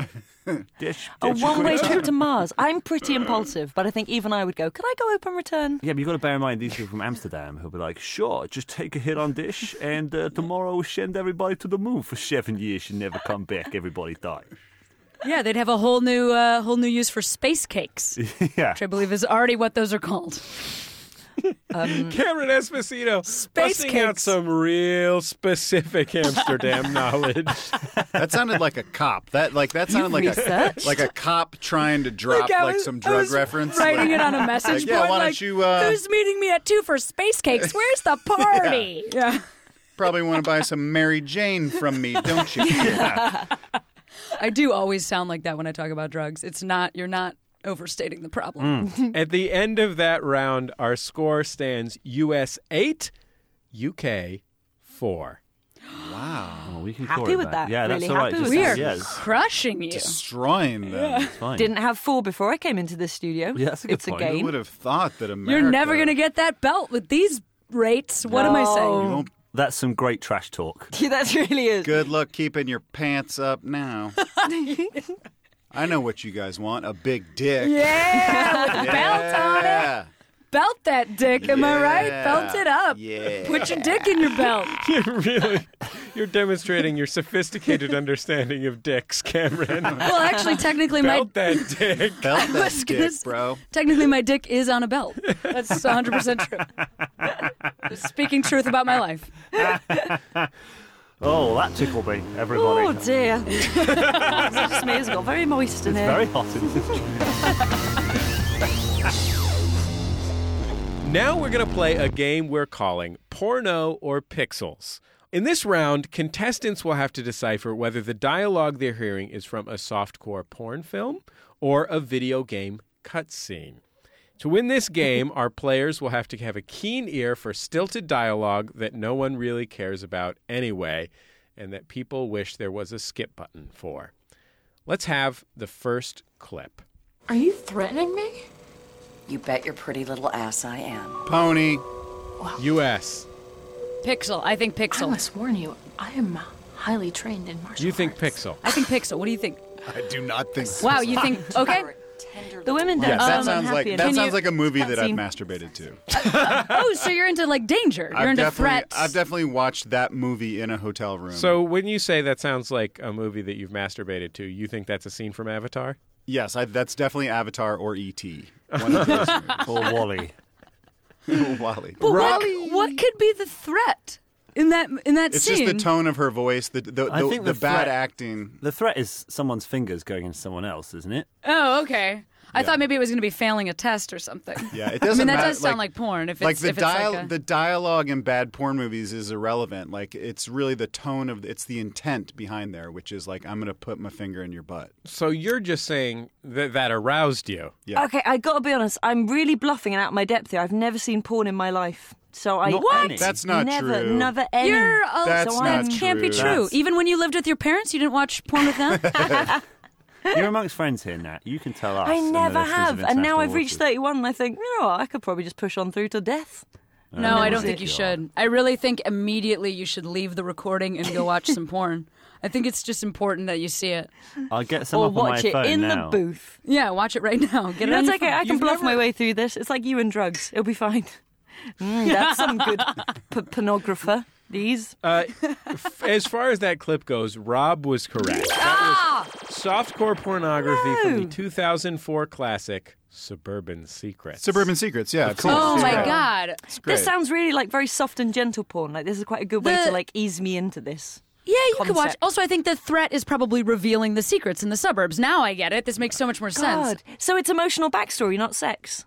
Speaker 5: Dish-
Speaker 6: A
Speaker 5: dish-
Speaker 6: one-way trip to Mars. I'm pretty impulsive, but I think even I would go. Can I go up and return?
Speaker 5: Yeah, but you've got to bear in mind these people from Amsterdam who'll be like, sure, just take a hit on dish, and uh, tomorrow we'll send everybody to the moon for seven years and never come back. Everybody dies.
Speaker 4: Yeah, they'd have a whole new uh, whole new use for space cakes, which
Speaker 5: yeah.
Speaker 4: I believe is already what those are called.
Speaker 1: Cameron Esposito
Speaker 4: Space
Speaker 1: busting out
Speaker 4: cakes.
Speaker 1: some real specific Amsterdam knowledge.
Speaker 2: That sounded like a cop. That like that sounded like
Speaker 4: researched?
Speaker 2: a like a cop trying to drop
Speaker 4: I
Speaker 2: like
Speaker 4: was-
Speaker 2: some
Speaker 4: I
Speaker 2: drug
Speaker 4: was
Speaker 2: reference.
Speaker 4: Writing
Speaker 2: Like-
Speaker 4: it on a message
Speaker 2: Like, yeah,
Speaker 4: board,
Speaker 2: why don't
Speaker 4: like,
Speaker 2: you, uh,
Speaker 4: who's meeting me at two for space cakes? Where's the party? yeah.
Speaker 2: Probably want to buy some Mary Jane from me, don't you?
Speaker 4: I do always sound like that when I talk about drugs. It's not you're not overstating the problem.
Speaker 5: Mm.
Speaker 1: At the end of that round, our score stands US 8, UK 4.
Speaker 5: Oh, we can
Speaker 6: Happy
Speaker 5: call it
Speaker 6: with that,
Speaker 5: Yeah, that's
Speaker 6: really
Speaker 5: all right.
Speaker 6: happy
Speaker 5: Just
Speaker 6: with
Speaker 4: We
Speaker 5: say
Speaker 4: are
Speaker 6: that.
Speaker 5: yes.
Speaker 4: crushing you.
Speaker 2: Destroying them.
Speaker 5: It's fine.
Speaker 6: Didn't have four before I came into this studio.
Speaker 5: Yeah, that's a good
Speaker 6: it's
Speaker 5: point.
Speaker 6: a
Speaker 2: Who
Speaker 6: game.
Speaker 2: would have thought that America?
Speaker 4: You're never gonna get that belt with these rates. What am I saying?
Speaker 6: No.
Speaker 5: That's some great trash talk.
Speaker 6: Yeah, that really is.
Speaker 2: Good luck keeping your pants up now. I know what you guys want—a big dick.
Speaker 4: Yeah, with belt on it.
Speaker 2: Yeah.
Speaker 4: Belt that dick. Am I right?
Speaker 2: Yeah.
Speaker 4: Belt it up.
Speaker 2: Yeah.
Speaker 4: Put your dick in your belt.
Speaker 1: You really you're demonstrating your sophisticated understanding of dicks, Cameron.
Speaker 4: Well, actually, technically, my
Speaker 1: Belt that dick.
Speaker 2: Belt that
Speaker 4: was gonna
Speaker 2: dick,
Speaker 4: say-
Speaker 2: bro.
Speaker 4: technically my dick is on a belt. That's 100 percent true. Just speaking truth about my life.
Speaker 5: Oh, that tickled me, everybody.
Speaker 6: Oh dear. It's just me. It's got very moist in
Speaker 5: it's very
Speaker 6: here.
Speaker 5: hot in this
Speaker 1: Now we're going to play a game we're calling Porno or Pixels. In this round, contestants will have to decipher whether the dialogue they're hearing is from a softcore porn film or a video game cutscene. To win this game, our players will have to have a keen ear for stilted dialogue that no one really cares about anyway and that people wish there was a skip button for. Let's have the first clip.
Speaker 8: Are you threatening me?
Speaker 9: You bet your pretty little ass I am.
Speaker 2: Pony.
Speaker 1: US.
Speaker 4: Pixel. I think
Speaker 8: I
Speaker 4: pixel.
Speaker 8: must warn you, I am highly trained in martial
Speaker 1: You
Speaker 8: arts.
Speaker 1: think pixel.
Speaker 4: I think pixel. What do you think?
Speaker 2: I do not think. so.
Speaker 4: Wow, you think okay?
Speaker 6: The women don't.
Speaker 2: Yes,
Speaker 6: oh,
Speaker 2: that
Speaker 6: I'm
Speaker 2: sounds like
Speaker 6: unhappy
Speaker 2: that
Speaker 6: enough.
Speaker 2: sounds like a movie that I've
Speaker 6: Cutscene.
Speaker 2: masturbated to.
Speaker 4: Oh, so you're into like danger. You're
Speaker 2: I've
Speaker 4: into
Speaker 2: definitely,
Speaker 4: threats.
Speaker 2: I've definitely watched that movie in a hotel room.
Speaker 1: So when you say that sounds like a movie that you've masturbated to, you think that's a scene from Avatar?
Speaker 2: yes, I, that's definitely Avatar or ET. One of those
Speaker 5: or Wally.
Speaker 2: movies. Wally.
Speaker 4: but what, what could be the threat in that in that
Speaker 2: It's
Speaker 4: scene?
Speaker 2: just the tone of her voice, the the, the,
Speaker 5: I think
Speaker 2: the
Speaker 5: the
Speaker 2: bad
Speaker 5: threat-
Speaker 2: acting.
Speaker 5: The threat is someone's fingers going into someone else, isn't it?
Speaker 4: oh, okay. I thought maybe it was going to be failing a test or something.
Speaker 2: Yeah, it
Speaker 4: I
Speaker 2: doesn't.
Speaker 4: mean, that
Speaker 2: matter,
Speaker 4: does sound like, porn. If it's
Speaker 2: like the
Speaker 4: if it's like
Speaker 2: dial-
Speaker 4: a-
Speaker 2: the dialogue in bad porn movies is irrelevant. Like it's really the tone of it's the intent behind there, which is like I'm gonna put my finger in your butt.
Speaker 1: So you're just saying that that aroused you.
Speaker 2: Yeah.
Speaker 6: Okay, I gotta be honest. I'm really bluffing and out of my depth here. I've never seen porn in my life, so I
Speaker 5: Not What? any.
Speaker 2: That's not
Speaker 6: never,
Speaker 2: true.
Speaker 6: Never any.
Speaker 4: You're oh,
Speaker 2: That's
Speaker 4: so
Speaker 2: not
Speaker 4: that
Speaker 2: true.
Speaker 4: can't be true.
Speaker 5: That's-
Speaker 4: Even when you lived with your parents, you didn't watch porn with them.
Speaker 5: You're amongst friends here, Nat. You can tell us.
Speaker 6: I
Speaker 5: and the
Speaker 6: never
Speaker 5: listeners of
Speaker 6: have, and
Speaker 5: International
Speaker 6: now I've reached
Speaker 5: Waters.
Speaker 6: 31, and I think, you know what? I could probably just push on through to death.
Speaker 4: no, I don't
Speaker 5: Is
Speaker 4: think
Speaker 5: it-
Speaker 4: you should. I really think immediately you should leave the recording and go watch some porn. I think it's just important that you see it.
Speaker 5: I'll get some
Speaker 6: or
Speaker 5: up on
Speaker 6: watch
Speaker 5: my
Speaker 6: it
Speaker 5: phone
Speaker 6: in
Speaker 5: now.
Speaker 6: the booth.
Speaker 4: Yeah, watch it right now. Get it on
Speaker 6: That's
Speaker 4: your
Speaker 6: okay.
Speaker 4: phone.
Speaker 6: I can bluff my way through this. It's like you and drugs. It'll be fine. Mm, that's some good p- pornographer. These.
Speaker 1: Uh, f- as far as that clip goes, Rob was correct. That was softcore pornography from the 2004 classic Suburban Secrets.
Speaker 2: Suburban Secrets. Yeah. Of
Speaker 4: Oh my god.
Speaker 2: Great.
Speaker 6: This sounds really like very soft and gentle porn. Like this is quite a good way
Speaker 4: The-
Speaker 6: to like ease me into this.
Speaker 4: Yeah, you could watch.
Speaker 6: concept.
Speaker 4: Also, I think the threat is probably revealing the secrets in the suburbs. Now I get it. This makes so much more sense.
Speaker 6: God. So it's emotional backstory, not sex.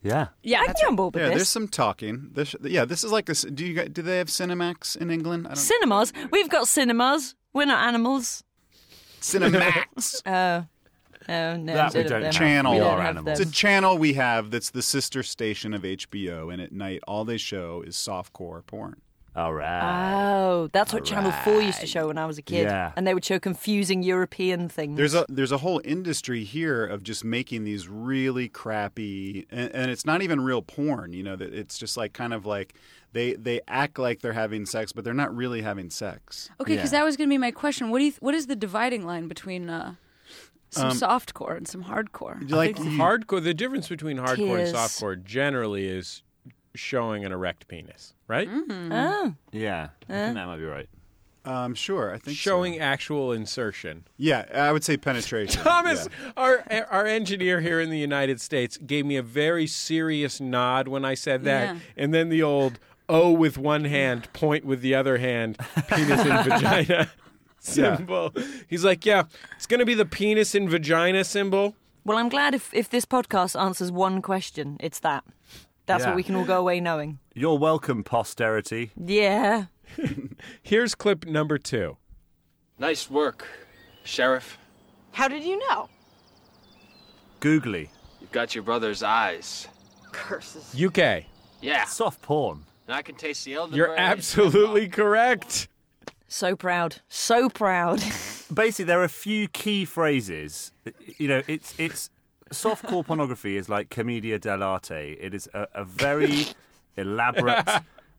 Speaker 5: Yeah.
Speaker 4: Yeah,
Speaker 6: I can get on board with
Speaker 2: Yeah, there's
Speaker 6: this.
Speaker 2: some talking. This, yeah, this is like this. Do you guys- do they have Cinemax in England? I don't
Speaker 6: Cinemas. We've got cinemas. We're not animals.
Speaker 2: Cinemax.
Speaker 6: Oh. Oh, no.
Speaker 5: That we
Speaker 6: instead of
Speaker 5: don't
Speaker 6: them.
Speaker 2: channel
Speaker 6: We don't
Speaker 5: our
Speaker 6: have
Speaker 5: animals.
Speaker 2: it's a
Speaker 6: them.
Speaker 2: channel we have that's the sister station of HBO, and at night all they show is softcore porn.
Speaker 5: All right.
Speaker 6: Oh, that's what Channel 4 used to show when I was a kid.
Speaker 5: Yeah.
Speaker 6: And they would show confusing European things.
Speaker 2: There's a there's a whole industry here of just making these really crappy, and, and it's not even real porn. You know that it's just like kind of like they they act like they're having sex, but they're not really having sex.
Speaker 4: Okay, because that was going to be my question. What do you? What is the dividing line between uh, some soft softcore and some hardcore?
Speaker 2: Like
Speaker 1: Hardcore. The difference between hardcore
Speaker 6: Tears.
Speaker 1: and softcore generally is showing an erect penis, right?
Speaker 6: oh.
Speaker 5: Yeah. I think that might be right.
Speaker 2: Um, sure, I think so.
Speaker 1: Showing actual insertion.
Speaker 2: Yeah, I would say penetration.
Speaker 1: Thomas,
Speaker 2: Yeah.
Speaker 1: our our engineer here in the United States, gave me a very serious nod when I said that,
Speaker 4: Yeah.
Speaker 1: and then the old O with one hand, point with the other hand, penis and vagina symbol. He's like, yeah, it's going to be the penis and vagina symbol.
Speaker 6: Well, I'm glad if, if this podcast answers one question, it's that. That's
Speaker 5: Yeah.
Speaker 6: what we can all go away knowing.
Speaker 5: You're welcome, posterity.
Speaker 6: Yeah.
Speaker 1: Here's clip number two.
Speaker 10: Nice work, Sheriff.
Speaker 11: How did you know?
Speaker 5: Googly.
Speaker 10: You've got your brother's eyes.
Speaker 11: Curses.
Speaker 1: UK,
Speaker 10: Yeah,
Speaker 5: Soft porn.
Speaker 10: and I can taste the elderberry.
Speaker 1: you're absolutely correct.
Speaker 6: So proud. So proud.
Speaker 5: basically there are a few key phrases. You know, it's it's softcore pornography is like commedia dell'arte. It is a, a very elaborate,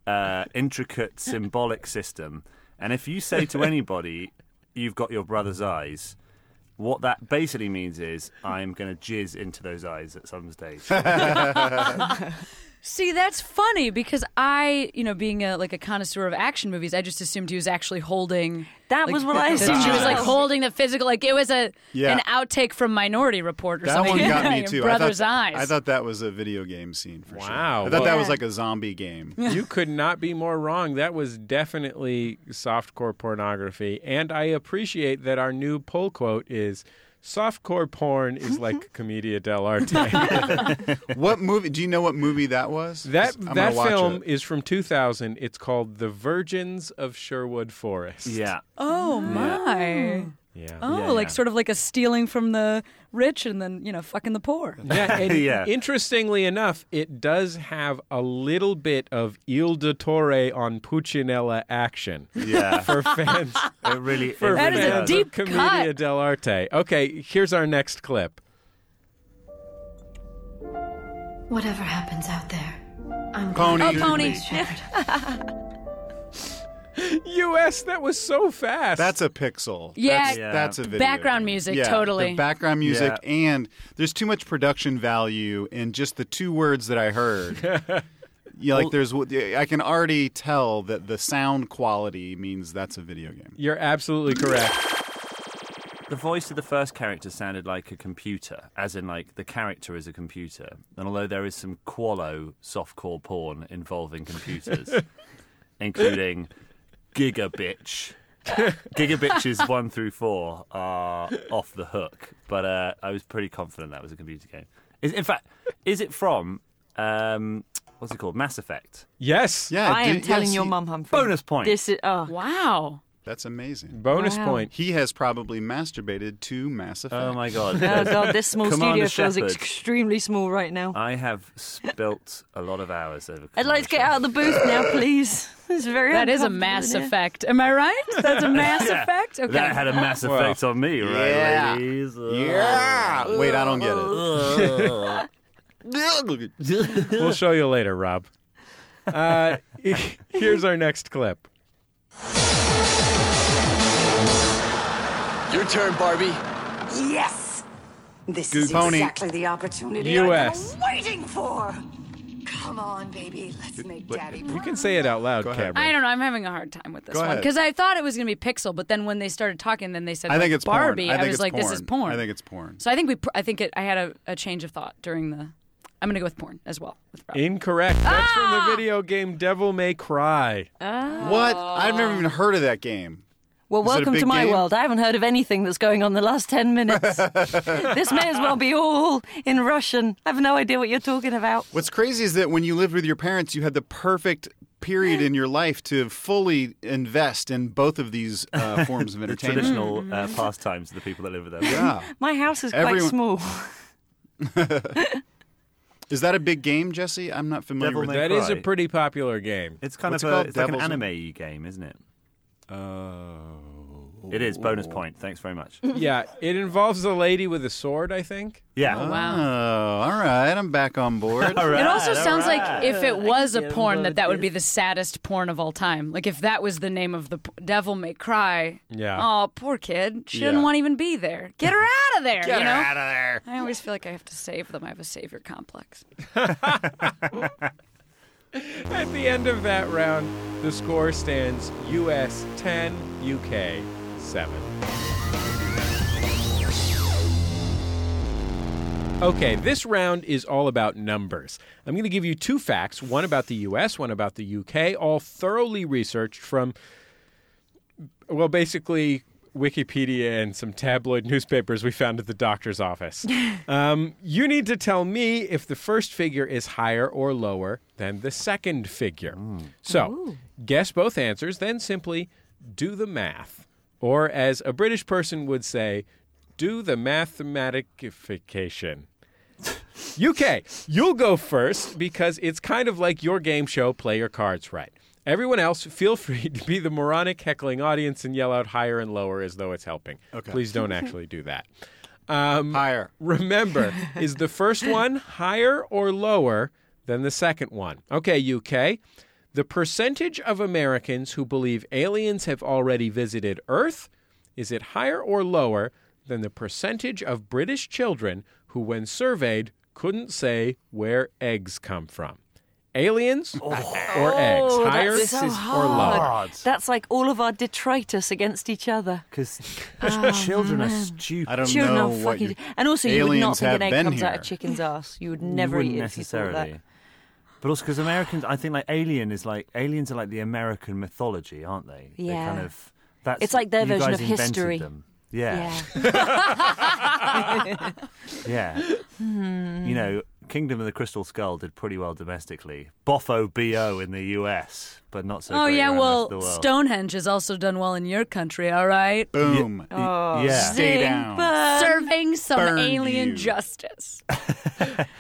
Speaker 5: uh, intricate symbolic system. And if you say to anybody, "You've got your brother's eyes," what that basically means is, "I'm going to jizz into those eyes at some stage."
Speaker 4: See, that's funny because I, you know, being a like a connoisseur of action movies, I just assumed he was actually holding.
Speaker 6: That
Speaker 4: like,
Speaker 6: was what I
Speaker 4: the-
Speaker 6: assumed.
Speaker 4: She was like holding the physical, like it was a
Speaker 2: Yeah.
Speaker 4: an outtake from Minority Report or
Speaker 2: That
Speaker 4: something.
Speaker 2: one
Speaker 4: like
Speaker 2: got me
Speaker 4: Your
Speaker 2: too.
Speaker 4: Brother's
Speaker 2: I thought,
Speaker 4: eyes.
Speaker 2: I thought that was a video game scene for sure.
Speaker 1: Wow.
Speaker 2: I thought that
Speaker 1: Well-
Speaker 2: was like a zombie game.
Speaker 1: You could not be more wrong. That was definitely softcore pornography. And I appreciate that our new poll quote is softcore porn is like commedia dell'arte.
Speaker 2: what movie? Do you know what movie that was?
Speaker 1: that
Speaker 2: 'Cause I'm gonna
Speaker 1: that
Speaker 2: watch
Speaker 1: film
Speaker 2: it.
Speaker 1: is from 2000. It's called The Virgins of Sherwood Forest.
Speaker 5: yeah.
Speaker 4: oh my!
Speaker 1: Yeah.
Speaker 4: Oh, like sort of like a stealing from the rich and then you know fucking the poor.
Speaker 1: Yeah, and
Speaker 5: Yeah.
Speaker 1: interestingly enough, it does have a little bit of Il de Torre on Puccinella action
Speaker 5: Yeah,
Speaker 1: for fans.
Speaker 5: it really. it
Speaker 1: for
Speaker 4: That is
Speaker 5: really
Speaker 4: a
Speaker 1: fans of
Speaker 5: does.
Speaker 4: deep cut.
Speaker 1: Commedia dell'arte. Okay, here's our next clip.
Speaker 8: Whatever happens out there, I'm
Speaker 2: Pony.
Speaker 8: glad
Speaker 2: Oh,
Speaker 8: you
Speaker 4: pony.
Speaker 8: please, Shepard.
Speaker 1: U.S. That was so fast.
Speaker 2: That's a pixel.
Speaker 4: Yeah.
Speaker 2: that's,
Speaker 5: Yeah.
Speaker 2: that's a video
Speaker 4: Background
Speaker 2: game.
Speaker 4: music,
Speaker 2: Yeah,
Speaker 4: totally.
Speaker 2: The background music,
Speaker 5: Yeah.
Speaker 2: and there's too much production value in just the two words that I heard. yeah, like there's. I can already tell that the sound quality means that's a video game.
Speaker 1: You're absolutely correct.
Speaker 5: The voice of the first character sounded like a computer, as in like the character is a computer. And although there is some qualo softcore porn involving computers, including Gigabitch. Gigabitches one through four are off the hook, but uh, I was pretty confident that was a computer game. Is, in fact, is it from um, what's it called? Mass Effect.
Speaker 1: Yes.
Speaker 2: Yeah,
Speaker 6: I am
Speaker 2: did-
Speaker 6: telling
Speaker 2: yes,
Speaker 6: your
Speaker 2: he-
Speaker 6: mum, Humphrey.
Speaker 5: Bonus point.
Speaker 6: This is. Oh.
Speaker 4: Wow.
Speaker 2: That's amazing.
Speaker 1: Bonus
Speaker 6: Wow.
Speaker 1: point.
Speaker 2: He has probably masturbated to Mass Effect.
Speaker 5: oh my god!
Speaker 6: Oh god, this small
Speaker 5: Commander
Speaker 6: studio feels
Speaker 5: Shepard. Uh,
Speaker 6: extremely small right now.
Speaker 5: I have spilt a lot of hours over.
Speaker 6: I'd like to get out of the booth now, please. It's very
Speaker 4: That is a
Speaker 6: uncomfortable
Speaker 4: Mass
Speaker 6: in here.
Speaker 4: Effect. Am I right? That's a Mass Effect. Okay.
Speaker 5: That had a mass effect on me, right,
Speaker 2: Yeah.
Speaker 5: ladies?
Speaker 2: Yeah. Wait, I don't get it.
Speaker 1: We'll show you later, Rob. Uh, here's our next clip.
Speaker 10: Your turn, Barbie.
Speaker 9: Yes! This is
Speaker 2: Pony.
Speaker 9: exactly the opportunity
Speaker 1: US.
Speaker 9: I've been waiting for! Come on, baby, let's make daddy
Speaker 1: You
Speaker 9: proud.
Speaker 1: can say it out loud,
Speaker 2: ahead.
Speaker 1: Cameron.
Speaker 4: I don't know. I'm having a hard time with this
Speaker 2: Go
Speaker 4: one
Speaker 2: ahead.
Speaker 4: because I thought it was going to be Pixel, but then when they started talking, then they said
Speaker 2: I think
Speaker 4: like,
Speaker 2: it's
Speaker 4: Barbie.
Speaker 2: Porn. I, think
Speaker 4: was
Speaker 2: it's
Speaker 4: like, this is porn.
Speaker 2: I think it's porn.
Speaker 4: so. I think we. Pr- I think it. I had a, a change of thought during the. I'm going to go with porn as well. With Rob.
Speaker 1: Incorrect. That's from the video game Devil May Cry.
Speaker 2: What? I've never even heard of that game.
Speaker 6: Well,
Speaker 2: it a
Speaker 6: welcome
Speaker 2: big
Speaker 6: to my
Speaker 2: game?
Speaker 6: world. I haven't heard of anything that's going on the last 10 minutes. this may as well be all in Russian. I have no idea what you're talking about.
Speaker 2: What's crazy is that when you lived with your parents, you had the perfect period in your life to fully invest in both of these uh, forms of
Speaker 5: The
Speaker 2: entertainment.
Speaker 5: traditional uh, pastimes of the people that live with them.
Speaker 2: yeah.
Speaker 6: My house is
Speaker 2: Everyone-
Speaker 6: quite small.
Speaker 2: Is that a big game, Jesse? I'm not familiar
Speaker 5: Devil
Speaker 2: with
Speaker 5: May
Speaker 2: that.
Speaker 1: That is a
Speaker 5: Cry.
Speaker 1: pretty popular game.
Speaker 5: It's kind
Speaker 2: What's it
Speaker 5: of a,
Speaker 2: called?
Speaker 5: it's like an
Speaker 2: Devil's-
Speaker 5: anime game, isn't it?
Speaker 2: Oh.
Speaker 5: It is. Bonus point. Thanks very much.
Speaker 1: yeah, it involves a lady with a sword, I think.
Speaker 5: Yeah.
Speaker 4: Wow.
Speaker 2: Oh, all right. I'm back on board.
Speaker 4: It also sounds like if it was a porn, that that would be the saddest porn of all time. Like if that was the name of the p- Devil May Cry.
Speaker 1: Yeah.
Speaker 4: Oh, poor kid. She didn't
Speaker 1: Yeah.
Speaker 4: want to even be there. Get her out of there. you know.
Speaker 5: of there.
Speaker 4: I always feel like I have to save them. I have a savior complex.
Speaker 1: At the end of that round, the score stands US 10, UK 7. Okay, this round is all about numbers. I'm going to give you two facts one about the US, one about the UK, all thoroughly researched from, well, basically Wikipedia and some tabloid newspapers we found at the doctor's office. um, you need to tell me if the first figure is higher or lower than the second figure. So, guess both answers, then simply do the math. Or, as a British person would say, do the mathematicification. UK, you'll go first because it's kind of like your game show, Play Your Cards Right. Everyone else, feel free to be the moronic heckling audience and yell out higher and lower as though it's helping.
Speaker 2: Okay.
Speaker 1: Please don't actually do that. Um,
Speaker 2: Higher.
Speaker 1: Remember, is the first one higher or lower than the second one? Okay, UK. The percentage of Americans who believe aliens have already visited Earth is it higher or lower than the percentage of British children who, when surveyed, couldn't say where eggs come from? Aliens or eggs?
Speaker 6: Oh,
Speaker 1: Higher
Speaker 6: that's so
Speaker 1: or lower?
Speaker 6: hard. That's like all of our detritus against each other.
Speaker 5: Because children are stupid.
Speaker 2: I don't
Speaker 6: Children
Speaker 2: know
Speaker 6: are
Speaker 2: what
Speaker 6: fucking.
Speaker 2: you,
Speaker 6: and also, you would
Speaker 2: aliens
Speaker 6: not think an
Speaker 2: have
Speaker 6: egg
Speaker 2: been
Speaker 6: comes out
Speaker 2: here.
Speaker 6: of chicken's ass. You would
Speaker 5: You
Speaker 6: never
Speaker 5: wouldn't
Speaker 6: eat it
Speaker 5: necessarily.
Speaker 6: If you thought
Speaker 5: But also because Americans, I think like alien is like aliens are like the American mythology, aren't they? They're
Speaker 6: Yeah.
Speaker 5: kind of that's
Speaker 6: It's like their
Speaker 5: you
Speaker 6: version
Speaker 5: guys
Speaker 6: of
Speaker 5: invented
Speaker 6: history.
Speaker 5: Them.
Speaker 6: that.
Speaker 5: Yeah,
Speaker 6: Yeah.
Speaker 5: yeah. You know, Kingdom of the Crystal Skull did pretty well domestically. Boffo bo in the US, but not so.
Speaker 4: oh
Speaker 5: great
Speaker 4: yeah,
Speaker 5: around the rest of
Speaker 4: well
Speaker 5: the world.
Speaker 4: Stonehenge has also done well in your country. All right,
Speaker 2: boom.
Speaker 6: Oh.
Speaker 5: Y- yeah.
Speaker 2: Stay down.
Speaker 4: serving some
Speaker 2: Burn
Speaker 4: alien
Speaker 2: you.
Speaker 4: justice.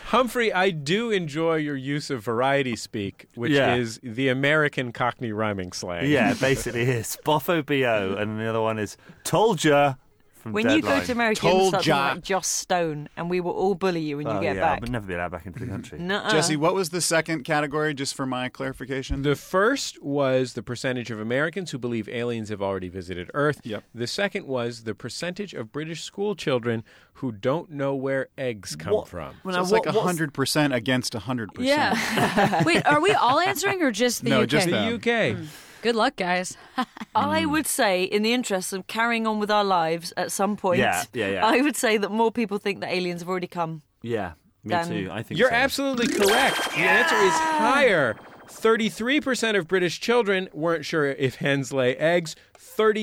Speaker 1: Humphrey, I do enjoy your use of variety speak, which
Speaker 5: Yeah.
Speaker 1: is the American Cockney rhyming slang.
Speaker 5: Yeah, basically it's Boffo bo, and the other one is told ya. From
Speaker 6: When you go
Speaker 5: Deadline.
Speaker 6: to America, you
Speaker 2: Told
Speaker 6: start talking
Speaker 2: ya.
Speaker 6: like Joss Stone, and we will all bully you when you
Speaker 5: Oh,
Speaker 6: get
Speaker 5: yeah,
Speaker 6: back.
Speaker 5: I'll never be allowed back into the country.
Speaker 6: Nuh-uh.
Speaker 2: Jesse, what was the second category, just for my clarification?
Speaker 1: The first was the percentage of Americans who believe aliens have already visited Earth.
Speaker 2: Yep.
Speaker 1: The second was the percentage of British school children who don't know where eggs come
Speaker 5: What-
Speaker 1: from.
Speaker 2: so
Speaker 5: Well, now,
Speaker 2: it's
Speaker 5: what-
Speaker 2: like
Speaker 5: what's-
Speaker 2: hundred percent against hundred percent.
Speaker 4: Yeah. Wait, are we all answering or just the
Speaker 2: No,
Speaker 4: UK?
Speaker 2: just
Speaker 1: The
Speaker 2: that. Yeah.
Speaker 1: UK.
Speaker 4: Good luck, guys.
Speaker 6: I would say, in the interest of carrying on with our lives at some point,
Speaker 5: Yeah, yeah, yeah.
Speaker 6: I would say that more people think that aliens have already come.
Speaker 5: Yeah, me
Speaker 6: Done.
Speaker 5: too. I think
Speaker 1: You're
Speaker 5: so.
Speaker 1: absolutely correct. The answer is higher. 33% of British children weren't sure if hens lay eggs.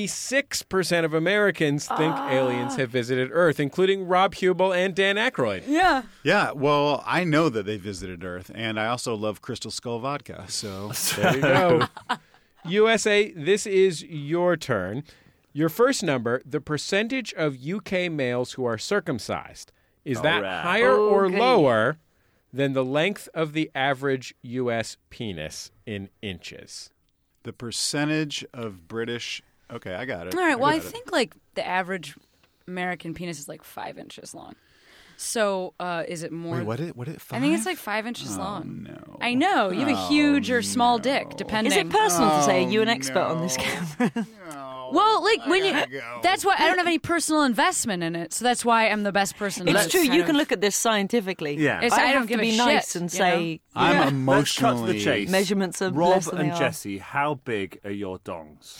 Speaker 1: 36% of Americans think aliens have visited Earth, including Rob Hubel and Dan Aykroyd.
Speaker 4: Yeah.
Speaker 2: Yeah, well, I know that they visited Earth, and I also love Crystal Skull vodka. So
Speaker 1: There you go. USA, this is your turn. Your first number, the percentage of UK males who are circumcised. Is that
Speaker 5: right.
Speaker 1: higher or
Speaker 6: Okay.
Speaker 1: lower than the length of the average US penis in inches?
Speaker 2: the percentage of British. Okay, I got it.
Speaker 4: All right. Well, I
Speaker 2: got it.
Speaker 4: think like the average American penis is like five inches long. So uh, is it more?
Speaker 2: Wait, what? It what? It
Speaker 4: I
Speaker 2: five? Oh,
Speaker 4: think it's like five inches long.
Speaker 2: no.
Speaker 4: I know you have a huge or small dick, depending.
Speaker 6: Is it personal to say? Are
Speaker 5: Oh,
Speaker 6: you an expert on this, Cameron?
Speaker 4: well, like when you.
Speaker 2: gotta go.
Speaker 4: That's why I don't have any personal investment in it, so that's why I'm the best person.
Speaker 6: it's
Speaker 4: to
Speaker 6: true.
Speaker 4: kind
Speaker 6: You
Speaker 4: of-
Speaker 6: can look at this scientifically.
Speaker 5: Yeah.
Speaker 4: It's-
Speaker 6: I,
Speaker 4: I
Speaker 6: have
Speaker 4: don't
Speaker 6: to
Speaker 4: give a
Speaker 6: be
Speaker 4: shit,
Speaker 6: nice and
Speaker 4: you
Speaker 6: say
Speaker 2: I'm
Speaker 5: Yeah.
Speaker 2: emotionally.
Speaker 5: Let's cut to the chase.
Speaker 6: measurements are
Speaker 5: Rob
Speaker 6: less than
Speaker 5: and
Speaker 6: they are.
Speaker 5: Jesse, how big are your dongs?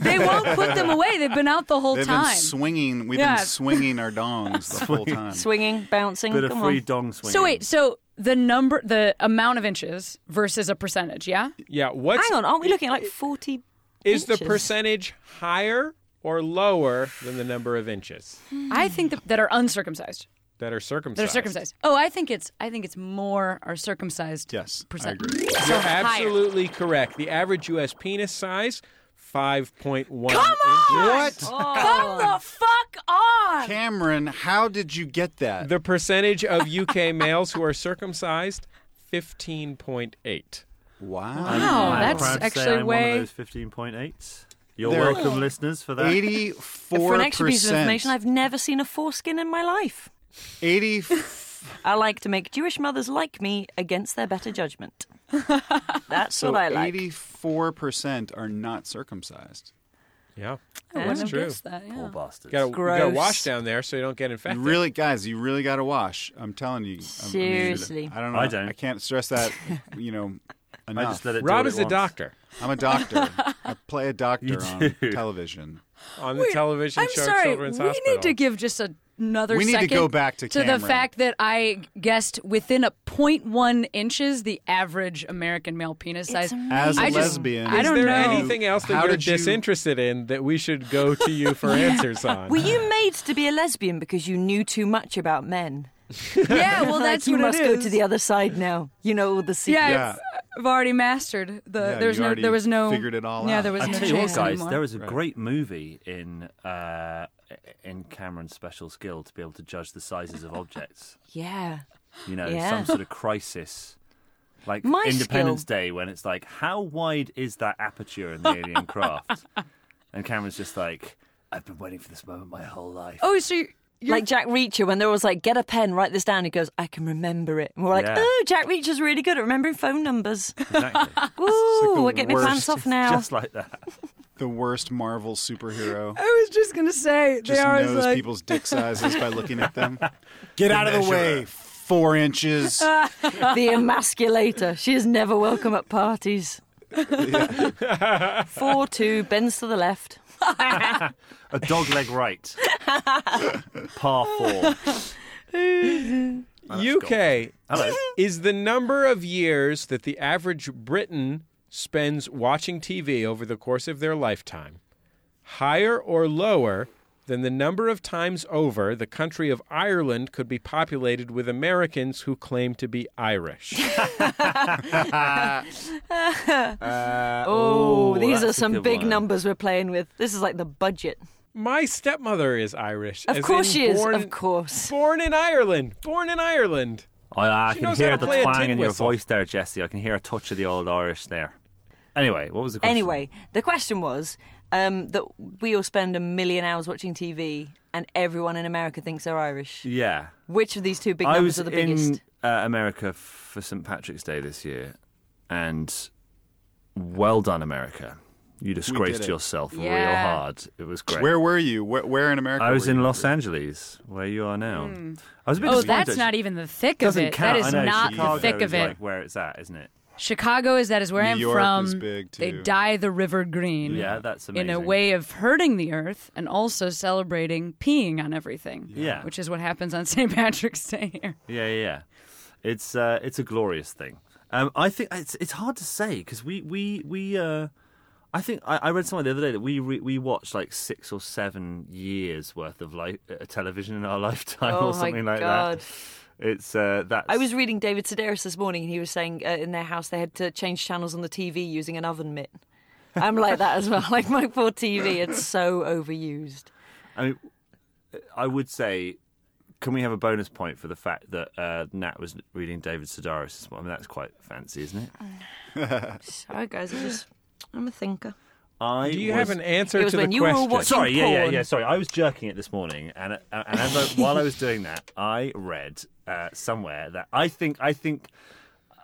Speaker 4: they won't put them away. They've been out the whole
Speaker 2: They've
Speaker 4: time.
Speaker 2: been swinging. We've
Speaker 4: Yeah.
Speaker 2: been swinging our dongs the whole time.
Speaker 6: swinging, bouncing.
Speaker 5: Bit of
Speaker 6: Mm, come
Speaker 5: free
Speaker 6: on.
Speaker 5: dong swing.
Speaker 4: so wait, so the number, the amount of inches versus a percentage, yeah?
Speaker 1: Yeah, what's
Speaker 6: Hang on, aren't we looking at like forty?
Speaker 1: is the
Speaker 6: inches?
Speaker 1: percentage higher or lower than the number of inches
Speaker 4: I think that, that are uncircumcised.
Speaker 1: that are circumcised?
Speaker 4: That are circumcised. Oh, I think it's I think it's more are circumcised.
Speaker 2: Yes, I
Speaker 4: percent.
Speaker 2: agree.
Speaker 4: So
Speaker 1: You're
Speaker 4: higher.
Speaker 1: absolutely correct. The average US penis size, 5.1
Speaker 4: Come on!
Speaker 1: inches.
Speaker 4: Come
Speaker 5: Oh.
Speaker 4: the fuck on!
Speaker 2: Cameron, how did you get that?
Speaker 1: The percentage of UK males who are circumcised, 15.8.
Speaker 2: wow.
Speaker 4: Wow,
Speaker 5: I'm
Speaker 4: that's
Speaker 5: proud to say
Speaker 4: actually
Speaker 5: I'm
Speaker 4: way-
Speaker 5: One of those 15.8s. You're
Speaker 2: There-
Speaker 5: welcome, listeners, for that.
Speaker 6: uh, For
Speaker 2: Eighty-four
Speaker 6: an extra piece of information,
Speaker 2: percent.
Speaker 6: I've never seen a foreskin in my life.
Speaker 2: Eighty.
Speaker 6: I like to make Jewish mothers like me against their better judgment. That's
Speaker 2: So
Speaker 6: what I like.
Speaker 2: eighty-four percent are not circumcised.
Speaker 1: Yeah.
Speaker 4: I
Speaker 1: That's
Speaker 4: wouldn't have
Speaker 1: true.
Speaker 4: guessed that. Yeah.
Speaker 5: Poor bastards.
Speaker 1: You gotta, you gotta
Speaker 6: Gross.
Speaker 1: wash down there so you don't get infected.
Speaker 2: You really, guys, you really got to wash. I'm telling you. I mean,
Speaker 6: Seriously.
Speaker 2: I don't know.
Speaker 5: I don't.
Speaker 2: I can't stress that. You know, Enough.
Speaker 5: just let it do
Speaker 1: Rob
Speaker 5: what
Speaker 1: is
Speaker 5: it
Speaker 1: a
Speaker 5: wants.
Speaker 1: doctor
Speaker 2: I'm a doctor. I play a doctor on
Speaker 5: do.
Speaker 2: television.
Speaker 1: on the
Speaker 4: Wait,
Speaker 1: television
Speaker 4: I'm
Speaker 1: show
Speaker 4: sorry.
Speaker 1: Children's
Speaker 4: we
Speaker 1: Hospital.
Speaker 4: need to give just a- another
Speaker 2: We need to
Speaker 4: second
Speaker 2: go back to
Speaker 4: the
Speaker 2: Cameron.
Speaker 4: fact that I guessed within a 0.1 inches the average American male penis size.
Speaker 2: As a
Speaker 4: I just-
Speaker 2: lesbian,
Speaker 4: I
Speaker 1: is
Speaker 4: don't
Speaker 1: there
Speaker 4: know.
Speaker 1: anything else that
Speaker 2: How
Speaker 1: you're
Speaker 2: did you-
Speaker 1: disinterested in that we should go to you for answers on?
Speaker 6: Were you made to be a lesbian because you knew too much about men?
Speaker 4: yeah, well,
Speaker 6: Like,
Speaker 4: that's
Speaker 6: you
Speaker 4: what
Speaker 6: must
Speaker 4: it
Speaker 6: go
Speaker 4: is.
Speaker 6: to the other side now. You know all the secrets.
Speaker 4: Yeah,
Speaker 2: Yeah.
Speaker 4: I've already mastered the.
Speaker 2: Yeah,
Speaker 4: there's
Speaker 2: you
Speaker 4: no.
Speaker 2: already
Speaker 4: There was no.
Speaker 2: figured it all
Speaker 4: Yeah,
Speaker 2: out.
Speaker 4: there was
Speaker 5: I
Speaker 4: no
Speaker 5: tell you what,
Speaker 4: chance
Speaker 5: guys,
Speaker 4: anymore.
Speaker 5: there is a great movie in uh, in Cameron's special skill to be able to judge the sizes of objects.
Speaker 6: Yeah.
Speaker 5: You know,
Speaker 6: Yeah.
Speaker 5: some sort of crisis, like
Speaker 6: My
Speaker 5: Independence Day, when it's like, how wide is that aperture in the alien craft? And Cameron's just like, I've been waiting for this moment my whole life.
Speaker 4: oh, so you're, you're
Speaker 6: Like Jack Reacher, when they're always like, get a pen, write this down. He goes, I can remember it. And we're like,
Speaker 5: Yeah.
Speaker 6: oh, Jack Reacher's really good at remembering phone numbers.
Speaker 5: Exactly.
Speaker 6: Ooh,
Speaker 2: the
Speaker 6: get my
Speaker 2: worst.
Speaker 6: pants off now.
Speaker 5: Just like that.
Speaker 2: The worst Marvel superhero
Speaker 4: I was just gonna say
Speaker 2: just
Speaker 4: they are
Speaker 2: knows
Speaker 4: like
Speaker 2: people's dick sizes by looking at them. Get out of the way. Four inches.
Speaker 6: the emasculator. She is never welcome at parties. Four two bends to the left.
Speaker 5: A dog leg right. Par four.
Speaker 1: UK
Speaker 5: Hello.
Speaker 1: is the number of years that the average Briton spends watching TV over the course of their lifetime higher or lower than the number of times over the country of Ireland could be populated with Americans who claim to be Irish.
Speaker 6: Oh,
Speaker 5: Ooh,
Speaker 6: these
Speaker 5: that's
Speaker 6: are
Speaker 5: a
Speaker 6: some
Speaker 5: good
Speaker 6: big
Speaker 5: one.
Speaker 6: numbers we're playing with. This is like the budget.
Speaker 1: My stepmother is Irish.
Speaker 6: Of
Speaker 1: as
Speaker 6: course
Speaker 1: in
Speaker 6: she is.
Speaker 1: born-
Speaker 6: Of course.
Speaker 1: Born in Ireland. Born in Ireland.
Speaker 5: Oh, I, I
Speaker 1: She
Speaker 5: can
Speaker 1: knows how
Speaker 5: hear
Speaker 1: to
Speaker 5: the
Speaker 1: play a
Speaker 5: twang
Speaker 1: tin
Speaker 5: in your
Speaker 1: whistle.
Speaker 5: voice there, Jesse. I can hear a touch of the old Irish there. Anyway, what was the question?
Speaker 6: Anyway, the question was um, that we all spend a million hours watching TV, and everyone in America thinks they're Irish.
Speaker 5: yeah,
Speaker 6: Which of these two big
Speaker 5: I
Speaker 6: numbers
Speaker 5: was
Speaker 6: are the
Speaker 5: in
Speaker 6: biggest?
Speaker 5: uh, America for St Patrick's Day this year, and well done, America. You disgraced
Speaker 2: it.
Speaker 5: yourself real
Speaker 4: Yeah.
Speaker 5: hard. It was great.
Speaker 2: Where were you? Where, where in America?
Speaker 5: I was
Speaker 2: were you?
Speaker 5: in Los Angeles, where you are now. I was a bit
Speaker 4: Oh,
Speaker 5: disappointed,
Speaker 4: that's
Speaker 5: actually.
Speaker 4: not even the thick of
Speaker 5: Doesn't
Speaker 4: it.
Speaker 5: count.
Speaker 4: That is
Speaker 5: I know,
Speaker 4: not
Speaker 5: Chicago
Speaker 4: the thick
Speaker 5: is
Speaker 4: of it.
Speaker 5: Like where it's at, isn't it?
Speaker 4: Chicago is that is where
Speaker 2: New
Speaker 4: I'm
Speaker 2: York
Speaker 4: from.
Speaker 2: is big,
Speaker 4: They
Speaker 2: too.
Speaker 4: dye the river green.
Speaker 5: Yeah, that's
Speaker 4: In a
Speaker 5: amazing.
Speaker 4: way of hurting the earth and also celebrating peeing on everything.
Speaker 5: Yeah.
Speaker 4: Which is what happens on St. Patrick's Day here.
Speaker 5: Yeah, yeah, yeah. It's uh, it's a glorious thing. Um, I think it's it's hard to say because we we we. Uh, I think I, I read somewhere the other day that we re, we watched like six or seven years worth of like uh, television in our lifetime
Speaker 6: Oh,
Speaker 5: or
Speaker 6: my
Speaker 5: something like
Speaker 6: God.
Speaker 5: that. It's uh, that
Speaker 6: I was reading David Sedaris this morning, and he was saying uh, in their house they had to change channels on the TV using an oven mitt. I'm like that as well. Like my poor TV, it's so overused.
Speaker 5: I mean, I would say, can we have a bonus point for the fact that uh, Nat was reading David Sedaris? this morning? I mean, that's quite fancy, isn't it?
Speaker 6: Sorry, guys, I just I'm a thinker.
Speaker 5: I
Speaker 1: Do you
Speaker 5: was-
Speaker 1: have an answer
Speaker 6: It was
Speaker 1: to the
Speaker 6: when you were
Speaker 1: question?
Speaker 6: all watching-
Speaker 5: Sorry, yeah, yeah,
Speaker 6: porn.
Speaker 5: yeah. Sorry, I was jerking it this morning, and uh, and as I, while I was doing that, I read uh, somewhere that I think I think.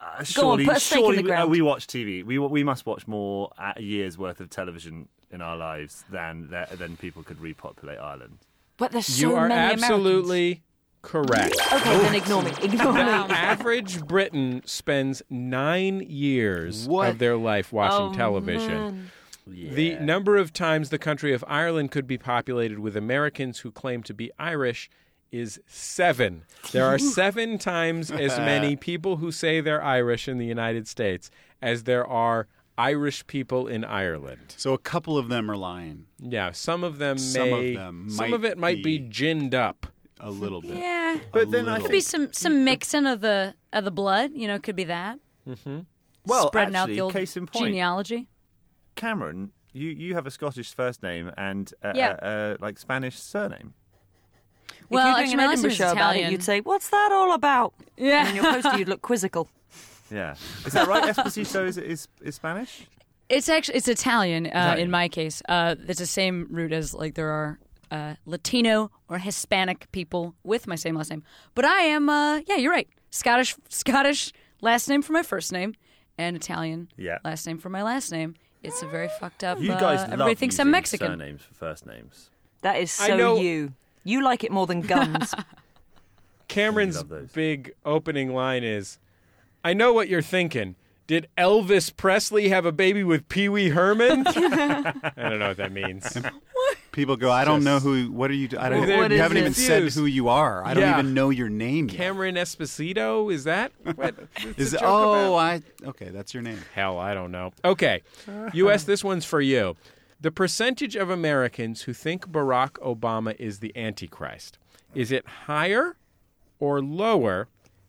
Speaker 5: Uh, surely,
Speaker 6: put a stake in
Speaker 5: surely
Speaker 6: the
Speaker 5: we, uh,
Speaker 6: ground.
Speaker 5: we watch TV. We we must watch more uh, years worth of television in our lives than than- than people could repopulate Ireland.
Speaker 6: But there's so
Speaker 1: you are
Speaker 6: many
Speaker 1: absolutely correct.
Speaker 6: Americans. Okay, then ignore me. Ignore me.
Speaker 4: Wow.
Speaker 1: The average Briton spends nine years
Speaker 2: What?
Speaker 1: of their life watching
Speaker 6: Oh,
Speaker 1: television. The number of times the country of Ireland could be populated with Americans who claim to be Irish is seven. There are seven times as many people who say they're Irish in the United States as there are Irish people in Ireland.
Speaker 2: So a couple of them are lying
Speaker 1: Yeah, some of them
Speaker 2: Some of
Speaker 1: may.
Speaker 2: them
Speaker 1: some
Speaker 2: might
Speaker 1: of it might be
Speaker 2: be-
Speaker 1: ginned up.
Speaker 2: a little bit.
Speaker 4: Yeah.
Speaker 5: But then I
Speaker 4: Could be some some mixing of the of the blood, you know, could be that.
Speaker 5: well,
Speaker 4: Spreading out
Speaker 5: actually,
Speaker 4: the old
Speaker 5: case in point,
Speaker 4: genealogy.
Speaker 5: Cameron, you, you have a Scottish first name and uh,
Speaker 4: Yeah.
Speaker 5: uh, uh, like Spanish surname.
Speaker 4: Well,
Speaker 6: if
Speaker 4: actually,
Speaker 6: you're doing
Speaker 4: my
Speaker 6: an
Speaker 4: last
Speaker 6: Edinburgh
Speaker 4: name's
Speaker 6: show about it,
Speaker 4: Italian.
Speaker 6: you'd say, "What's that all about?"
Speaker 4: Yeah.
Speaker 6: And in your poster, you'd look quizzical.
Speaker 5: Yeah, is that right? Esposito is is, is Spanish.
Speaker 4: It's actually it's Italian, uh,
Speaker 5: Italian.
Speaker 4: in my case. Uh, it's the same root as like there are uh, Latino or Hispanic people with my same last name. But I am uh, yeah, you're right. Scottish Scottish last name for my first name, and Italian
Speaker 5: Yeah.
Speaker 4: last name for my last name. It's a very fucked up.
Speaker 5: You
Speaker 4: uh,
Speaker 5: guys
Speaker 4: everybody
Speaker 5: love
Speaker 4: thinks
Speaker 5: using
Speaker 4: I'm Mexican.
Speaker 5: surnames for first names.
Speaker 6: That is
Speaker 1: I
Speaker 6: so
Speaker 1: know-
Speaker 6: you. You like it more than guns.
Speaker 1: Cameron's
Speaker 5: love those.
Speaker 1: big opening line is, "I know what you're thinking. Did Elvis Presley have a baby with Pee Wee Herman? I don't know what that means.
Speaker 2: People go, I don't know who. What are you? do- I don't.
Speaker 1: They're
Speaker 2: you haven't even said
Speaker 1: confused.
Speaker 2: who you are. I don't
Speaker 1: Yeah.
Speaker 2: even know your name yet.
Speaker 1: Cameron Esposito, is that? What?
Speaker 2: Is it, oh, I okay. That's your name.
Speaker 1: Hell, I don't know. Okay, U.S., this one's for you. The percentage of Americans who think Barack Obama is the Antichrist is it higher or lower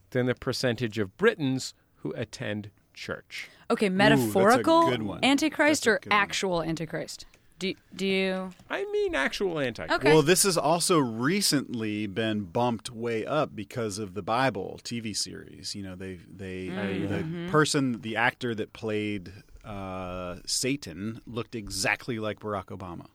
Speaker 1: than the percentage of Britons who attend church?
Speaker 4: Okay, metaphorical
Speaker 2: good one.
Speaker 4: antichrist or actual antichrist? Do do you?
Speaker 1: I mean, actual Antichrist.
Speaker 4: Okay.
Speaker 2: Well, this has also recently been bumped way up because of the Bible TV series. You know, they they the person, the actor that played uh, Satan looked exactly like Barack Obama.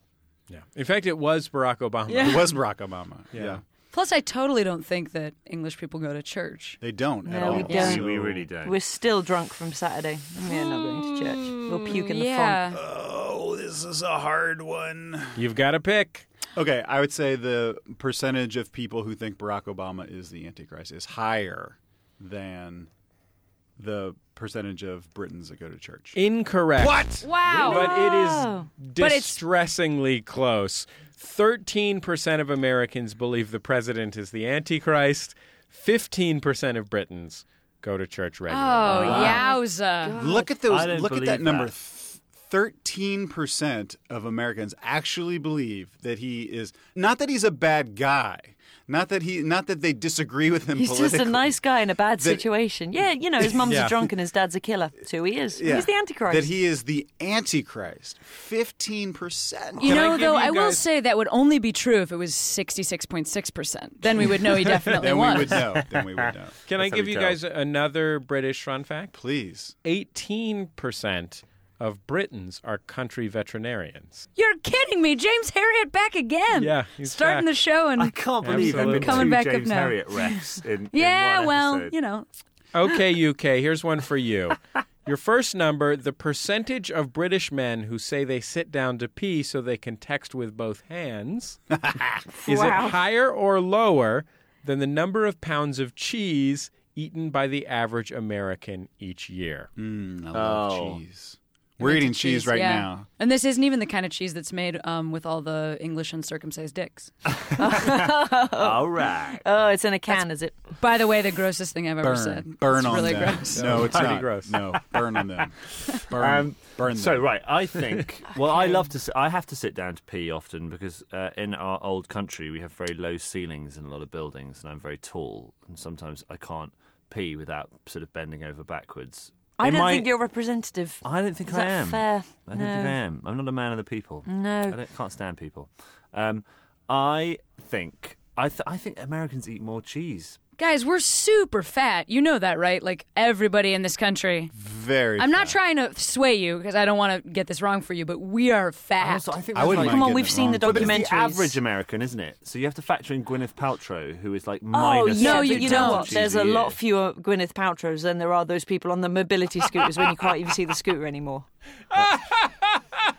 Speaker 1: Yeah. In fact, it was Barack Obama.
Speaker 2: It was Barack Obama. Yeah,
Speaker 4: Plus, I totally don't think that English people go to church.
Speaker 2: they don't at
Speaker 6: No,
Speaker 2: all.
Speaker 6: we don't.
Speaker 5: We, we really don't.
Speaker 6: We're still drunk from Saturday. We're not going to church. We'll puke in the font.
Speaker 4: yeah.
Speaker 2: Oh, this is a hard one.
Speaker 1: You've got to pick.
Speaker 2: Okay, I would say the percentage of people who think Barack Obama is the Antichrist is higher than the percentage of Britons that go to church.
Speaker 1: Incorrect. What?
Speaker 4: Wow.
Speaker 1: But it is
Speaker 4: But it's-
Speaker 1: distressingly close. 13% of Americans believe the president is the Antichrist. 15% of Britons go to church
Speaker 4: Oh
Speaker 1: regularly.
Speaker 5: Uh,
Speaker 4: yowza!
Speaker 2: Look at
Speaker 5: I
Speaker 2: those.
Speaker 5: didn't
Speaker 2: Look at
Speaker 5: believe
Speaker 2: that number.
Speaker 5: that.
Speaker 2: Thirteen percent of Americans actually believe that he is not that he's a bad guy, not that he, not that they disagree with him.
Speaker 6: He's just a
Speaker 2: politically.
Speaker 6: nice guy in a bad
Speaker 2: That-
Speaker 6: situation. Yeah, you know, his mum's
Speaker 1: Yeah.
Speaker 6: a drunk and his dad's a killer. So he is.
Speaker 2: Yeah.
Speaker 6: He's the Antichrist.
Speaker 2: That he is the Antichrist. Fifteen percent.
Speaker 1: Can
Speaker 4: You
Speaker 1: I
Speaker 4: know,
Speaker 1: give
Speaker 4: though,
Speaker 1: you
Speaker 4: I will
Speaker 1: guys-
Speaker 4: say that would only be true if it was sixty-six point six percent. Then we would know he definitely
Speaker 2: Then we
Speaker 4: won.
Speaker 2: would know. Then we would know.
Speaker 1: Can
Speaker 5: That's
Speaker 1: I
Speaker 5: how
Speaker 1: give
Speaker 5: we
Speaker 1: you
Speaker 5: tell.
Speaker 1: guys another British fun fact?
Speaker 2: Please.
Speaker 1: 18% of Britons are country veterinarians.
Speaker 4: You're kidding me, James Harriet back again.
Speaker 1: Yeah, he's
Speaker 4: starting
Speaker 1: back.
Speaker 4: the show and
Speaker 5: I can't believe there have been
Speaker 4: Coming
Speaker 5: two
Speaker 4: back up
Speaker 5: James
Speaker 4: now.
Speaker 5: Herriot refs in, in
Speaker 4: yeah.
Speaker 5: one
Speaker 4: Well,
Speaker 5: episode.
Speaker 4: you know,
Speaker 1: Okay, UK, here's one for you. Your first number the percentage of British men who say they sit down to pee so they can text with both hands. is
Speaker 6: Wow.
Speaker 1: it higher or lower than the number of pounds of cheese eaten by the average American each year?
Speaker 2: Mm, I love
Speaker 5: Oh.
Speaker 2: cheese. We're eating cheese, right
Speaker 4: yeah.
Speaker 2: now.
Speaker 4: And this isn't even the kind of cheese that's made um, with all the English uncircumcised dicks.
Speaker 5: all right.
Speaker 6: oh, it's in a can, is it?
Speaker 4: By the way, the grossest thing I've ever
Speaker 2: Burn,
Speaker 4: said.
Speaker 2: burn
Speaker 4: It's
Speaker 2: on
Speaker 4: really
Speaker 2: them.
Speaker 4: gross.
Speaker 2: No, it's
Speaker 1: Mighty
Speaker 2: not.
Speaker 1: gross.
Speaker 2: No, burn on them. Burn,
Speaker 5: Um,
Speaker 2: burn them.
Speaker 5: So right, I think. Well, I love to. s- I have to sit down to pee often because uh, in our old country we have very low ceilings in a lot of buildings, and I'm very tall, and sometimes I can't pee without sort of bending over backwards.
Speaker 6: I
Speaker 5: Am
Speaker 6: don't think you're representative.
Speaker 5: I don't think
Speaker 6: Is
Speaker 5: I
Speaker 6: that
Speaker 5: am.
Speaker 6: fair? Mm.
Speaker 5: I don't think I am. I'm not a man of the people.
Speaker 6: No.
Speaker 5: I don't, can't stand people. Um, I think. I, th- I think Americans eat more cheese.
Speaker 4: Guys, we're super fat. You know that, right? Like everybody in this country.
Speaker 2: Very.
Speaker 4: I'm not
Speaker 2: fat.
Speaker 4: trying to sway you because I don't want to get this wrong for you, but we are fat.
Speaker 5: Also, I think
Speaker 2: I
Speaker 5: that's
Speaker 2: wouldn't
Speaker 5: like-
Speaker 2: mind
Speaker 6: Come on,
Speaker 2: getting
Speaker 6: we've
Speaker 2: it
Speaker 6: seen
Speaker 2: wrong,
Speaker 6: the
Speaker 2: but
Speaker 5: But
Speaker 2: it's
Speaker 5: it's
Speaker 6: documentaries.
Speaker 5: the average American, isn't it? So you have to factor in Gwyneth Paltrow, who is like
Speaker 6: Oh,
Speaker 5: minus.
Speaker 6: no,
Speaker 4: but
Speaker 6: you,
Speaker 4: you
Speaker 6: know
Speaker 4: don't.
Speaker 6: what? There's a lot fewer Gwyneth Paltrows than there are those people on the mobility scooters when you can't even see the scooter anymore.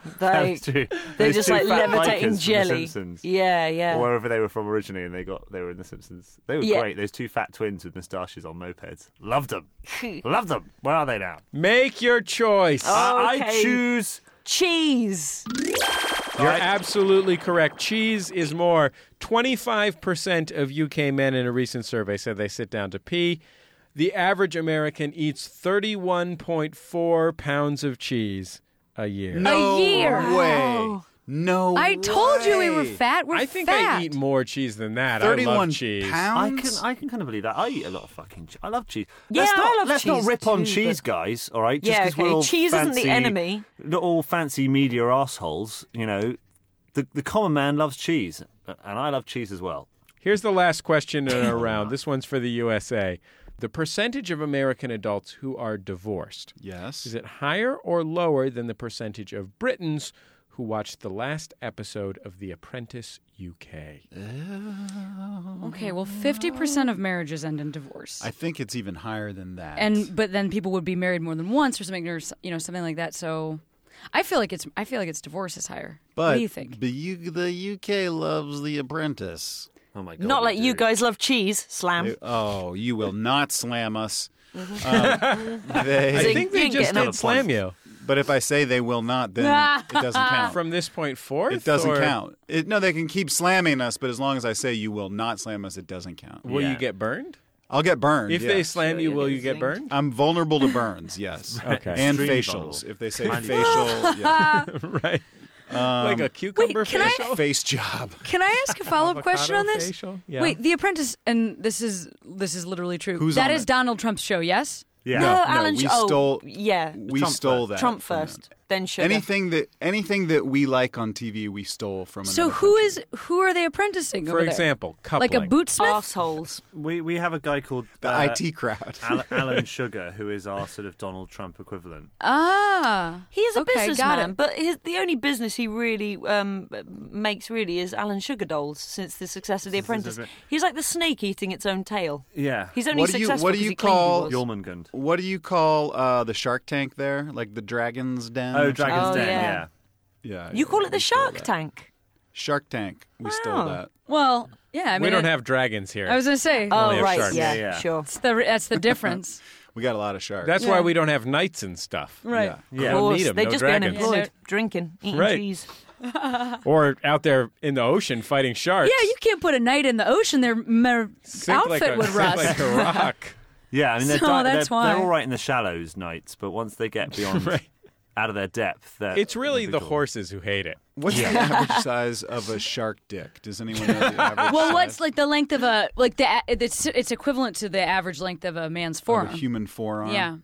Speaker 6: they,
Speaker 5: That's true.
Speaker 6: they're
Speaker 5: Those
Speaker 6: just
Speaker 5: two
Speaker 6: like
Speaker 5: fat bikers from
Speaker 6: levitating
Speaker 5: The
Speaker 6: jelly.
Speaker 5: Simpsons.
Speaker 6: Yeah, yeah.
Speaker 5: Or wherever they were from originally, and they got they were in The Simpsons. They were
Speaker 6: Yeah.
Speaker 5: great. Those two fat twins with moustaches on mopeds. Loved them. Loved them. Where are they now?
Speaker 1: Make your choice.
Speaker 5: I- I
Speaker 6: Okay.
Speaker 5: choose.
Speaker 6: Cheese.
Speaker 1: You're absolutely correct. Cheese is more. 25% of UK men in a recent survey said they sit down to pee. The average American eats 31.4 pounds of cheese a year.
Speaker 2: No
Speaker 4: A year.
Speaker 2: way. No.
Speaker 4: I told you we were
Speaker 2: way.
Speaker 4: fat. We're
Speaker 1: I think
Speaker 4: fat.
Speaker 1: I eat more cheese than that. I
Speaker 2: Thirty-one
Speaker 1: love cheese.
Speaker 5: I can
Speaker 2: pounds.
Speaker 5: I can kind of believe that. I eat a lot of fucking. Che- I love cheese.
Speaker 6: Yeah,
Speaker 5: let's not,
Speaker 6: I love
Speaker 5: let's not
Speaker 6: cheese
Speaker 5: rip on
Speaker 6: too,
Speaker 5: cheese,
Speaker 6: but-
Speaker 5: guys. All right. Just
Speaker 6: Yeah,
Speaker 5: 'cause we're
Speaker 6: okay.
Speaker 5: all
Speaker 6: Cheese isn't the
Speaker 5: fancy-
Speaker 6: enemy.
Speaker 5: Not all fancy media assholes. You know, the the common man loves cheese, and I love cheese as well.
Speaker 1: Here's the last question in our round. This one's for the USA. The percentage of American adults who are divorced
Speaker 2: Yes.
Speaker 1: is it higher or lower than the percentage of Britons who watched the last episode of The Apprentice UK?
Speaker 4: Okay, well, 50% of marriages end in divorce.
Speaker 2: I think it's even higher than that.
Speaker 4: and but then people would be married more than once or something or s- you know something like that so i feel like it's i feel like it's divorce is higher
Speaker 2: but
Speaker 4: what do you think
Speaker 2: the U- the UK loves The Apprentice.
Speaker 5: Oh my god.
Speaker 6: Not
Speaker 5: we
Speaker 6: like you
Speaker 5: do.
Speaker 6: guys love cheese. Slam. Oh,
Speaker 2: Oh, you will not slam us.
Speaker 4: Mm-hmm.
Speaker 2: Um, they,
Speaker 1: I think they just
Speaker 5: another
Speaker 1: did slam
Speaker 5: point.
Speaker 1: you
Speaker 2: but if I say they will not, then it doesn't count.
Speaker 1: from this point forth.
Speaker 2: it doesn't
Speaker 1: or
Speaker 2: count. It, no, they can keep slamming us, but as long as I say you will not slam us, it doesn't count.
Speaker 1: Will
Speaker 5: Yeah.
Speaker 1: you get burned?
Speaker 2: I'll get burned.
Speaker 1: If
Speaker 2: yeah.
Speaker 1: they slam you,
Speaker 6: you're
Speaker 1: will you
Speaker 6: getting
Speaker 1: get
Speaker 6: zinged.
Speaker 1: burned?
Speaker 2: I'm vulnerable to burns, yes.
Speaker 1: Okay.
Speaker 2: And
Speaker 5: Extreme
Speaker 2: facials.
Speaker 5: vulnerable.
Speaker 2: If they say
Speaker 5: Mighty
Speaker 2: facial, yeah.
Speaker 1: right.
Speaker 2: Um,
Speaker 1: like a cucumber
Speaker 4: can I-
Speaker 1: facial?
Speaker 2: face job.
Speaker 4: Can I ask a follow up question on
Speaker 1: Avocado
Speaker 4: this?
Speaker 1: facial? Yeah.
Speaker 4: Wait, The Apprentice, and this is this is literally true.
Speaker 2: Who's
Speaker 4: That
Speaker 2: on
Speaker 4: is
Speaker 2: it?
Speaker 4: Donald Trump's show. Yes.
Speaker 5: Yeah.
Speaker 6: No,
Speaker 2: No,
Speaker 6: Alan.
Speaker 2: we
Speaker 6: oh,
Speaker 2: stole-
Speaker 6: yeah.
Speaker 2: We
Speaker 5: Trump
Speaker 2: stole
Speaker 5: first.
Speaker 2: that.
Speaker 6: Trump
Speaker 2: from them.
Speaker 6: first, then sugar.
Speaker 2: Anything that anything that we like on TV, we stole from.
Speaker 4: So
Speaker 2: another
Speaker 4: who
Speaker 2: country.
Speaker 4: is who are they apprenticing?
Speaker 1: For
Speaker 4: over there?
Speaker 1: example,
Speaker 4: like a
Speaker 1: coupling.
Speaker 4: bootsmith.
Speaker 6: Assholes.
Speaker 5: We we have a guy called
Speaker 2: the
Speaker 5: uh,
Speaker 2: IT crowd?
Speaker 5: Al- Alan Sugar, who is our sort of Donald Trump equivalent.
Speaker 4: Ah,
Speaker 6: He is a
Speaker 4: Okay, got
Speaker 6: businessman,
Speaker 4: it.
Speaker 6: but his, the only business he really um, makes really is Alan Sugar dolls since the success of The Apprentice. He's like the snake eating its own tail.
Speaker 5: Yeah.
Speaker 6: He's only
Speaker 2: What do you-
Speaker 6: successful
Speaker 2: what do
Speaker 6: 'cause
Speaker 2: you
Speaker 6: he claimed he
Speaker 2: call-
Speaker 6: was.
Speaker 5: Jormungand.
Speaker 2: What do you call uh, the Shark Tank there? Like the Dragon's Den?
Speaker 5: Oh,
Speaker 2: or something?
Speaker 5: Dragon's
Speaker 6: Oh,
Speaker 5: Den.
Speaker 6: yeah.
Speaker 5: Yeah.
Speaker 2: Yeah.
Speaker 6: You call it the
Speaker 2: we stole
Speaker 6: Shark
Speaker 2: that.
Speaker 6: Tank.
Speaker 2: Shark Tank. We stole
Speaker 6: Wow.
Speaker 2: that.
Speaker 4: well, yeah. I mean,
Speaker 1: we don't
Speaker 4: I,
Speaker 1: have dragons here.
Speaker 4: I was gonna say.
Speaker 1: only
Speaker 6: Oh
Speaker 1: have
Speaker 6: right,
Speaker 1: sharks.
Speaker 6: yeah,
Speaker 5: Yeah, yeah.
Speaker 6: sure.
Speaker 4: that's the that's the difference.
Speaker 2: We got a lot of sharks.
Speaker 1: That's why we don't have knights and stuff,
Speaker 2: Right.
Speaker 5: Yeah.
Speaker 1: Don't
Speaker 6: Of course,
Speaker 1: need 'em,
Speaker 6: they'd
Speaker 1: no
Speaker 6: just
Speaker 1: dragons.
Speaker 6: be unemployed,
Speaker 4: Yeah, they're-
Speaker 6: drinking, eating
Speaker 1: Right.
Speaker 6: cheese. Oh,
Speaker 1: or out there in the ocean fighting sharks.
Speaker 4: Yeah, you can't put a knight in the ocean. Their mer-
Speaker 1: Sink
Speaker 4: outfit
Speaker 1: like a,
Speaker 4: would
Speaker 1: sink
Speaker 4: rust.
Speaker 1: like a rock.
Speaker 5: Yeah, I
Speaker 6: Oh,
Speaker 5: mean, they're,
Speaker 4: So
Speaker 5: di-
Speaker 4: that's
Speaker 5: they're,
Speaker 4: why.
Speaker 5: they're all right in the shallows nights, but once they get beyond out of their depth, they're,
Speaker 1: It's really
Speaker 5: they're
Speaker 1: the
Speaker 5: cool.
Speaker 1: horses who hate it.
Speaker 2: What's the average size of a shark dick? Does anyone know the average
Speaker 4: well,
Speaker 2: size
Speaker 4: what's like the length of a like the a- it's it's equivalent to the average length of a man's
Speaker 2: of
Speaker 4: forearm.
Speaker 2: a human forearm?
Speaker 4: Yeah,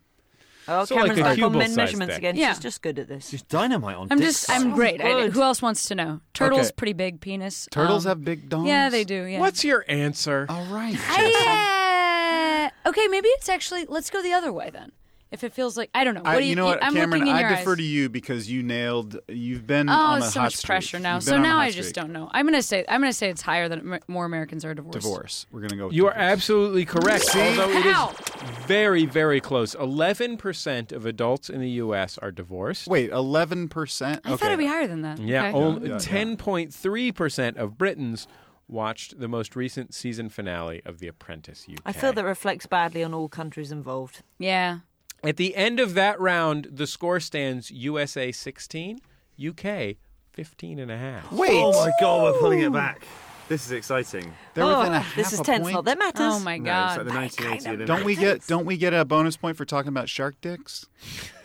Speaker 6: Oh,
Speaker 1: So, like,
Speaker 6: Cameron's
Speaker 1: a
Speaker 6: back on
Speaker 1: cubal
Speaker 6: men
Speaker 1: size
Speaker 6: measurements
Speaker 1: thing.
Speaker 6: again.
Speaker 4: Yeah.
Speaker 6: She's just good at this.
Speaker 5: She's dynamite on
Speaker 4: I'm
Speaker 5: dick
Speaker 4: just
Speaker 5: size.
Speaker 4: I'm great. I,
Speaker 6: good.
Speaker 4: who else wants to know? Turtles
Speaker 2: Okay.
Speaker 4: pretty big penis.
Speaker 2: Turtles
Speaker 4: Um,
Speaker 2: have big dongs.
Speaker 4: Yeah, they do. Yeah.
Speaker 1: What's your answer?
Speaker 2: All right.
Speaker 4: I, uh, okay, maybe it's actually. Let's go the other way then. If it feels like I don't know. What
Speaker 2: I,
Speaker 4: do you,
Speaker 2: you know what,
Speaker 4: I'm
Speaker 2: Cameron?
Speaker 4: looking in
Speaker 2: I
Speaker 4: your
Speaker 2: defer
Speaker 4: eyes.
Speaker 2: to you because you nailed. You've been
Speaker 4: Oh,
Speaker 2: on a
Speaker 4: so
Speaker 2: hot
Speaker 4: much
Speaker 2: streak.
Speaker 4: pressure now.
Speaker 2: You've
Speaker 4: So
Speaker 2: been on a
Speaker 4: now
Speaker 2: hot
Speaker 4: I just
Speaker 2: streak.
Speaker 4: don't know. I'm gonna say I'm gonna say it's higher that Amer- more Americans are divorced.
Speaker 2: Divorce. We're gonna go. With
Speaker 1: You are
Speaker 2: divorce.
Speaker 1: absolutely correct. Although it
Speaker 4: Ow.
Speaker 1: is very, very close. Eleven percent of adults in the U.S. are divorced.
Speaker 2: Wait, eleven percent.
Speaker 4: I thought it'd be higher than that.
Speaker 1: Yeah,
Speaker 4: Okay.
Speaker 1: only
Speaker 2: Yeah, yeah.
Speaker 1: ten point three percent of Britons watched the most recent season finale of The Apprentice UK.
Speaker 6: I feel that reflects badly on all countries involved.
Speaker 4: yeah.
Speaker 1: At the end of that round, the score stands USA 16, UK 15 and a half.
Speaker 2: Wait,
Speaker 5: Oh my god, we're pulling it back. This is exciting.
Speaker 2: they're
Speaker 6: oh,
Speaker 2: within a half
Speaker 6: this is
Speaker 2: a
Speaker 6: tense.
Speaker 2: point.
Speaker 6: Not that matters.
Speaker 4: Oh my
Speaker 5: No, it's
Speaker 4: god.
Speaker 5: like the 1980 Olympics.
Speaker 2: Don't we get? Don't we get a bonus point for talking about shark dicks?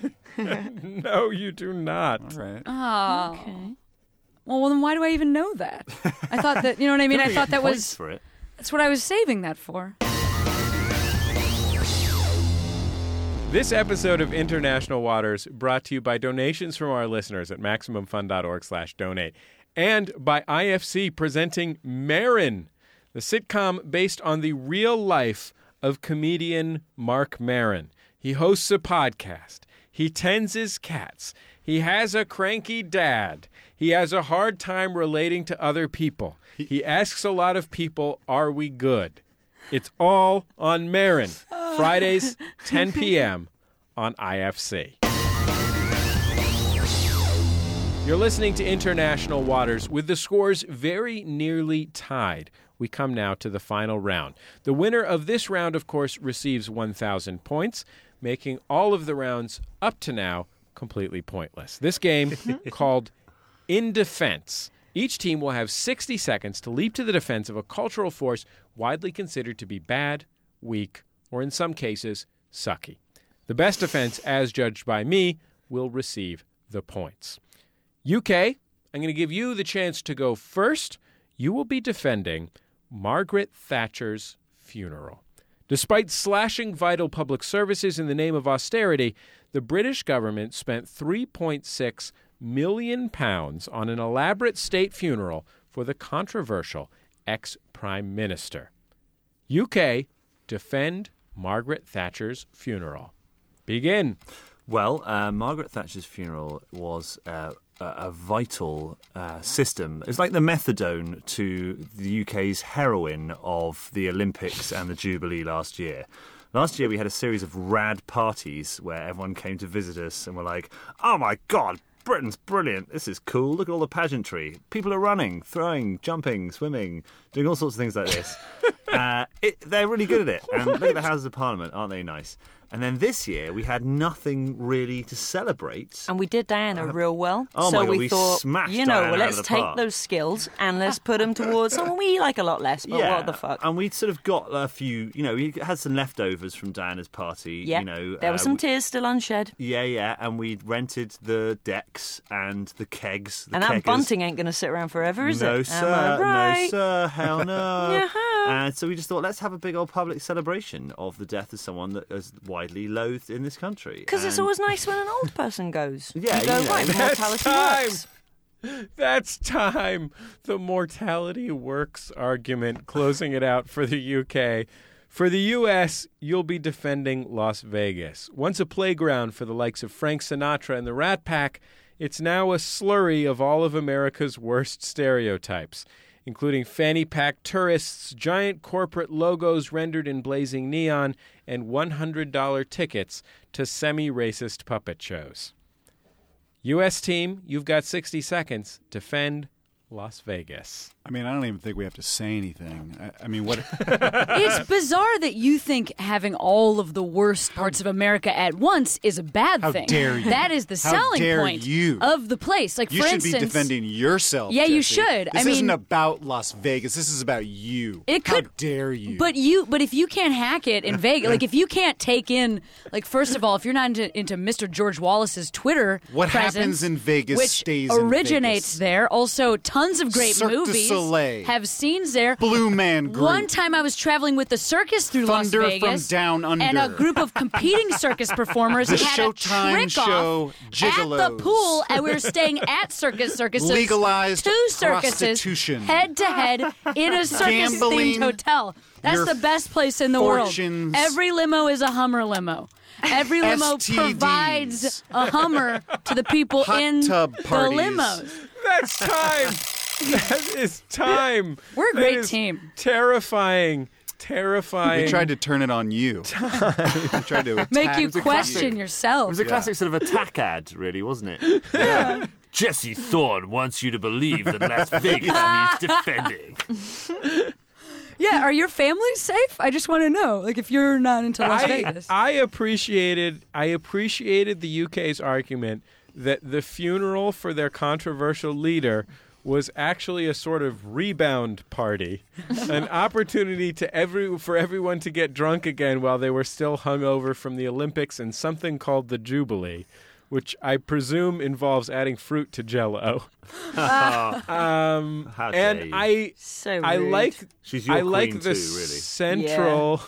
Speaker 1: No, you do not.
Speaker 2: All right.
Speaker 4: oh. Well, well, then why do I even know that? I thought that you know what I mean. I thought that was
Speaker 5: for it.
Speaker 4: that's what I was saving that for.
Speaker 1: This episode of International Waters brought to you by donations from our listeners at MaximumFun.org slash donate and by IFC presenting Marin, the sitcom based on the real life of comedian Mark Marin. He hosts a podcast. He tends his cats. He has a cranky dad. He has a hard time relating to other people. He asks a lot of people, Are we good? It's all on Marin. Fridays, 10 p.m. on IFC. You're listening to International Waters with the scores very nearly tied. We come now to the final round. The winner of this round, of course, receives 1,000 points, making all of the rounds up to now completely pointless. This game, called In Defense, each team will have 60 seconds to leap to the defense of a cultural force widely considered to be bad, weak, or in some cases, sucky. The best defense, as judged by me, will receive the points. UK, I'm going to give you the chance to go first. You will be defending Margaret Thatcher's funeral. Despite slashing vital public services in the name of austerity, the British government spent 3.6 million pounds on an elaborate state funeral for the controversial ex prime minister. UK, defend Margaret Thatcher's funeral. Begin.
Speaker 5: Well, uh, Margaret Thatcher's funeral was uh, a, a vital uh, system. It's like the methadone to the UK's heroin of the Olympics and the Jubilee last year. Last year, we had a series of rad parties where everyone came to visit us and were like, oh my god, Britain's brilliant. This is cool. Look at all the pageantry. People are running, throwing, jumping, swimming, doing all sorts of things like this. uh, it, they're really good at it. And look at the Houses of Parliament. Aren't they nice? And then this year we had nothing really to celebrate.
Speaker 6: And we did Diana real well.
Speaker 5: Oh
Speaker 6: so
Speaker 5: my God,
Speaker 6: we,
Speaker 5: we
Speaker 6: thought,
Speaker 5: smashed
Speaker 6: you know,
Speaker 5: Diana
Speaker 6: well,
Speaker 5: out
Speaker 6: let's
Speaker 5: of the
Speaker 6: take
Speaker 5: park.
Speaker 6: those skills and let's put them towards someone we like a lot less. But what the fuck?
Speaker 5: And we sort of got a few, you know, we had some leftovers from Diana's party.
Speaker 6: yeah,
Speaker 5: you know,
Speaker 6: there were
Speaker 5: uh,
Speaker 6: some
Speaker 5: we-
Speaker 6: tears still unshed,
Speaker 5: Yeah, yeah, and we rented the decks and the kegs. The
Speaker 6: and
Speaker 5: keggers.
Speaker 6: that bunting ain't going to sit around forever, is it?
Speaker 5: No,
Speaker 6: Am
Speaker 5: sir.
Speaker 6: I right?
Speaker 5: No, sir. Hell no.
Speaker 6: Yeah, huh.
Speaker 5: And so we just thought, let's have a big old public celebration of the death of someone that is widely loathed in this country.
Speaker 6: Because it's
Speaker 5: And-
Speaker 6: always nice when an old person goes.
Speaker 5: Yeah,
Speaker 6: you go
Speaker 5: you know.
Speaker 6: right.
Speaker 1: That's
Speaker 6: Mortality
Speaker 1: time.
Speaker 6: works.
Speaker 1: That's time. The mortality works argument closing it out for the UK. For the US, you'll be defending Las Vegas. Once a playground for the likes of Frank Sinatra and the Rat Pack, it's now a slurry of all of America's worst stereotypes, including fanny pack tourists, giant corporate logos rendered in blazing neon, and $100 tickets to semi racist puppet shows. U.S. team, you've got 60 seconds. Defend Las Vegas.
Speaker 2: I mean, I don't even think we have to say anything. I, I mean, what?
Speaker 4: it's bizarre that you think having all of the worst parts of America at once is a bad
Speaker 2: How
Speaker 4: thing.
Speaker 2: dare you.
Speaker 4: That is the
Speaker 2: How
Speaker 4: selling
Speaker 2: dare
Speaker 4: point
Speaker 2: you.
Speaker 4: of the place. Like
Speaker 2: you
Speaker 4: for
Speaker 2: should
Speaker 4: instance,
Speaker 2: be defending yourself.
Speaker 4: Yeah, you
Speaker 2: Jesse.
Speaker 4: should. I
Speaker 2: This isn't
Speaker 4: mean-
Speaker 2: about Las Vegas. This is about you.
Speaker 4: It
Speaker 2: How
Speaker 4: could-
Speaker 2: dare you?
Speaker 4: But you, but if you can't hack it in Vegas, like if you can't take in, like first of all, if you're not into, into Mr. George Wallace's Twitter,
Speaker 2: What
Speaker 4: presence,
Speaker 2: happens in Vegas
Speaker 4: which
Speaker 2: stays in
Speaker 4: originates
Speaker 2: Vegas.
Speaker 4: there. Also, tons of great
Speaker 2: Cirque du
Speaker 4: movies
Speaker 2: Soleil.
Speaker 4: have scenes there.
Speaker 2: Blue Man Group.
Speaker 4: One time, I was traveling with the circus through
Speaker 2: Thunder
Speaker 4: Las
Speaker 2: from
Speaker 4: Vegas,
Speaker 2: Down Under.
Speaker 4: and a group of competing circus performers
Speaker 2: The
Speaker 4: had
Speaker 2: Showtime
Speaker 4: a trick
Speaker 2: show,
Speaker 4: off at the
Speaker 2: Gigolos.
Speaker 4: pool, and we were staying at Circus Circus. so it's
Speaker 2: Legalized
Speaker 4: two circuses
Speaker 2: prostitution.
Speaker 4: head to head in a circus
Speaker 2: Gambling.
Speaker 4: themed hotel. That's
Speaker 2: Your
Speaker 4: the best place in the
Speaker 2: fortunes.
Speaker 4: world. Every limo is a Hummer limo. Every limo
Speaker 2: STDs.
Speaker 4: provides a Hummer to the people
Speaker 2: Hot
Speaker 4: in
Speaker 2: tub
Speaker 4: the
Speaker 2: parties.
Speaker 4: limos.
Speaker 1: That's time. that is time.
Speaker 4: We're a
Speaker 1: That
Speaker 4: great
Speaker 1: is
Speaker 4: team.
Speaker 1: Terrifying. Terrifying.
Speaker 2: we tried to turn it on you. we tried to
Speaker 4: Make
Speaker 2: attack-
Speaker 4: you question
Speaker 5: It
Speaker 4: yourself.
Speaker 5: was a classic sort of attack ad, really, wasn't it? Jesse Thorne wants you to believe that Las Vegas needs defending.
Speaker 4: Yeah, are your families safe? I just want to know. Like, if you're not into Las
Speaker 1: I,
Speaker 4: Vegas.
Speaker 1: I appreciated I appreciated the UK's argument that the funeral for their controversial leader was actually a sort of rebound party, an opportunity to every for everyone to get drunk again while they were still hungover from the Olympics and something called the Jubilee, which I presume involves adding fruit to Jello.
Speaker 5: How dare
Speaker 1: And
Speaker 5: you.
Speaker 1: I
Speaker 6: So
Speaker 1: I
Speaker 6: rude.
Speaker 1: like
Speaker 5: She's your
Speaker 1: I
Speaker 5: queen
Speaker 1: like
Speaker 5: too,
Speaker 1: the
Speaker 5: really.
Speaker 1: central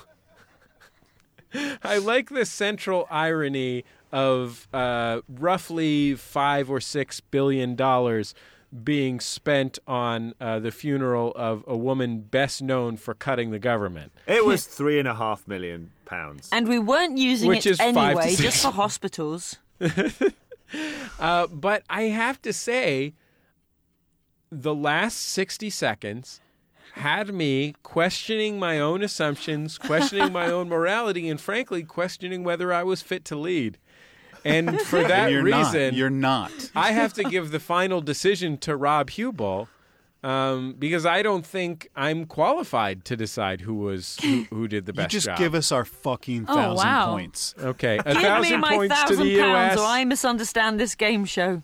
Speaker 1: I like the central irony of uh, roughly five or six billion dollars being spent on uh, the funeral of a woman best known for cutting the government.
Speaker 5: It was three and a half million pounds.
Speaker 6: And we weren't using
Speaker 1: Which
Speaker 6: it
Speaker 1: is five to
Speaker 6: anyway,
Speaker 1: six.
Speaker 6: just for hospitals.
Speaker 1: Uh, but I have to say, the last 60 seconds had me questioning my own assumptions, questioning my own morality, and frankly, questioning whether I was fit to lead. And for that
Speaker 2: You're
Speaker 1: reason,
Speaker 2: not. You're not.
Speaker 1: I have to give the final decision to Rob Hubel um, because I don't think I'm qualified to decide who was who, who did the
Speaker 2: You
Speaker 1: best
Speaker 2: just
Speaker 1: job.
Speaker 2: give us our fucking
Speaker 4: Oh,
Speaker 2: thousand
Speaker 4: wow.
Speaker 2: points.
Speaker 1: okay a
Speaker 6: Give
Speaker 1: thousand
Speaker 6: me my
Speaker 1: points to
Speaker 6: thousand
Speaker 1: the
Speaker 6: pounds,
Speaker 1: U.S.
Speaker 6: or I misunderstand this game show.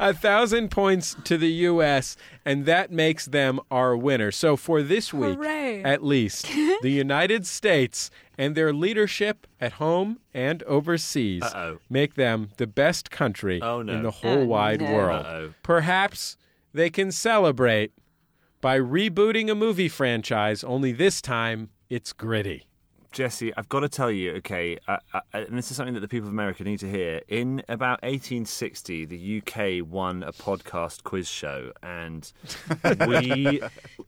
Speaker 1: a thousand points to the U.S. and that makes them our winner. So for this week,
Speaker 4: Hooray.
Speaker 1: at least, the United States and their leadership at home and overseas
Speaker 5: Uh-oh.
Speaker 1: make them the best country
Speaker 5: Oh, no.
Speaker 1: in the whole
Speaker 6: Oh,
Speaker 1: wide
Speaker 6: no.
Speaker 1: world.
Speaker 5: Uh-oh.
Speaker 1: Perhaps they can celebrate by rebooting a movie franchise. Only this time, it's gritty.
Speaker 5: Jesse, I've got to tell you, okay, I, I, and this is something that the people of America need to hear. In about 1860, the UK won a podcast quiz show, and we.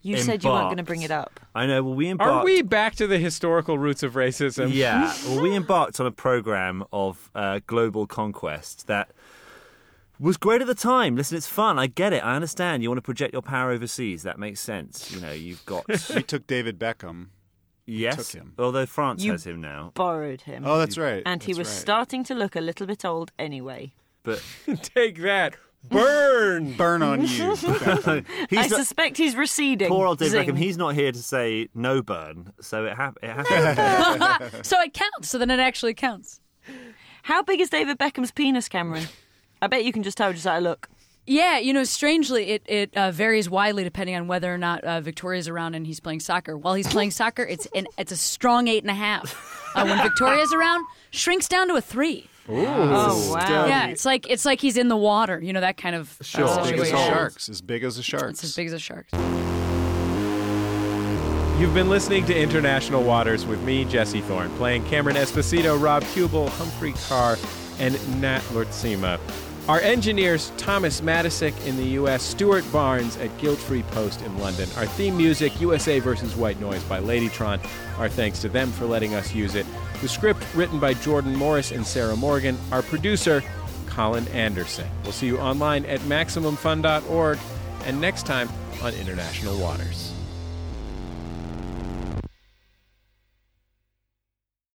Speaker 6: You said you weren't
Speaker 5: embarked-
Speaker 6: going to bring it up.
Speaker 5: I know. Well, we embarked.
Speaker 1: Are we back to the historical roots of racism?
Speaker 5: Yeah. Well, we embarked on a program of uh, global conquest that was great at the time. Listen, it's fun. I get it. I understand. You want to project your power overseas. That makes sense. You know, you've got
Speaker 2: We took David Beckham.
Speaker 5: yes.
Speaker 2: him.
Speaker 5: Although France
Speaker 6: You-
Speaker 5: has him now.
Speaker 6: Borrowed him.
Speaker 2: Oh, that's right.
Speaker 6: and he
Speaker 2: That's
Speaker 6: was
Speaker 2: right.
Speaker 6: starting to look a little bit old anyway.
Speaker 5: But
Speaker 1: Take that. Burn.
Speaker 2: Burn on you.
Speaker 6: I
Speaker 5: he's not,
Speaker 6: suspect he's receding.
Speaker 5: poor old David
Speaker 6: Zing.
Speaker 5: Beckham. He's not here to say no burn, so it, hap- it happened.
Speaker 4: so it counts. So then it actually counts.
Speaker 6: How big is David Beckham's penis, Cameron? I bet you can just tell just how I look.
Speaker 4: Yeah, you know, strangely, it, it uh, varies widely depending on whether or not uh, Victoria's around and he's playing soccer. While he's playing soccer, it's an, it's a strong eight and a half. Uh, when Victoria's around, shrinks down to a three.
Speaker 6: Oh wow!
Speaker 4: Yeah, it's like it's like he's in the water. You know that kind of uh,
Speaker 5: Sure.
Speaker 2: As big as
Speaker 4: situation.
Speaker 2: sharks. As big as the sharks.
Speaker 4: It's as big as a shark.
Speaker 1: You've been listening to International Waters with me, Jesse Thorne, playing Cameron Esposito, Rob Kubel, Humphrey Carr, and Nat Lortzima. Our engineers, Thomas Matisick in the U.S., Stuart Barnes at Guildfree Post in London. Our theme music, USA versus White Noise by Ladytron. Our thanks to them for letting us use it. The script written by Jordan Morris and Sarah Morgan. Our producer, Colin Anderson. We'll see you online at MaximumFun.org and next time on International Waters.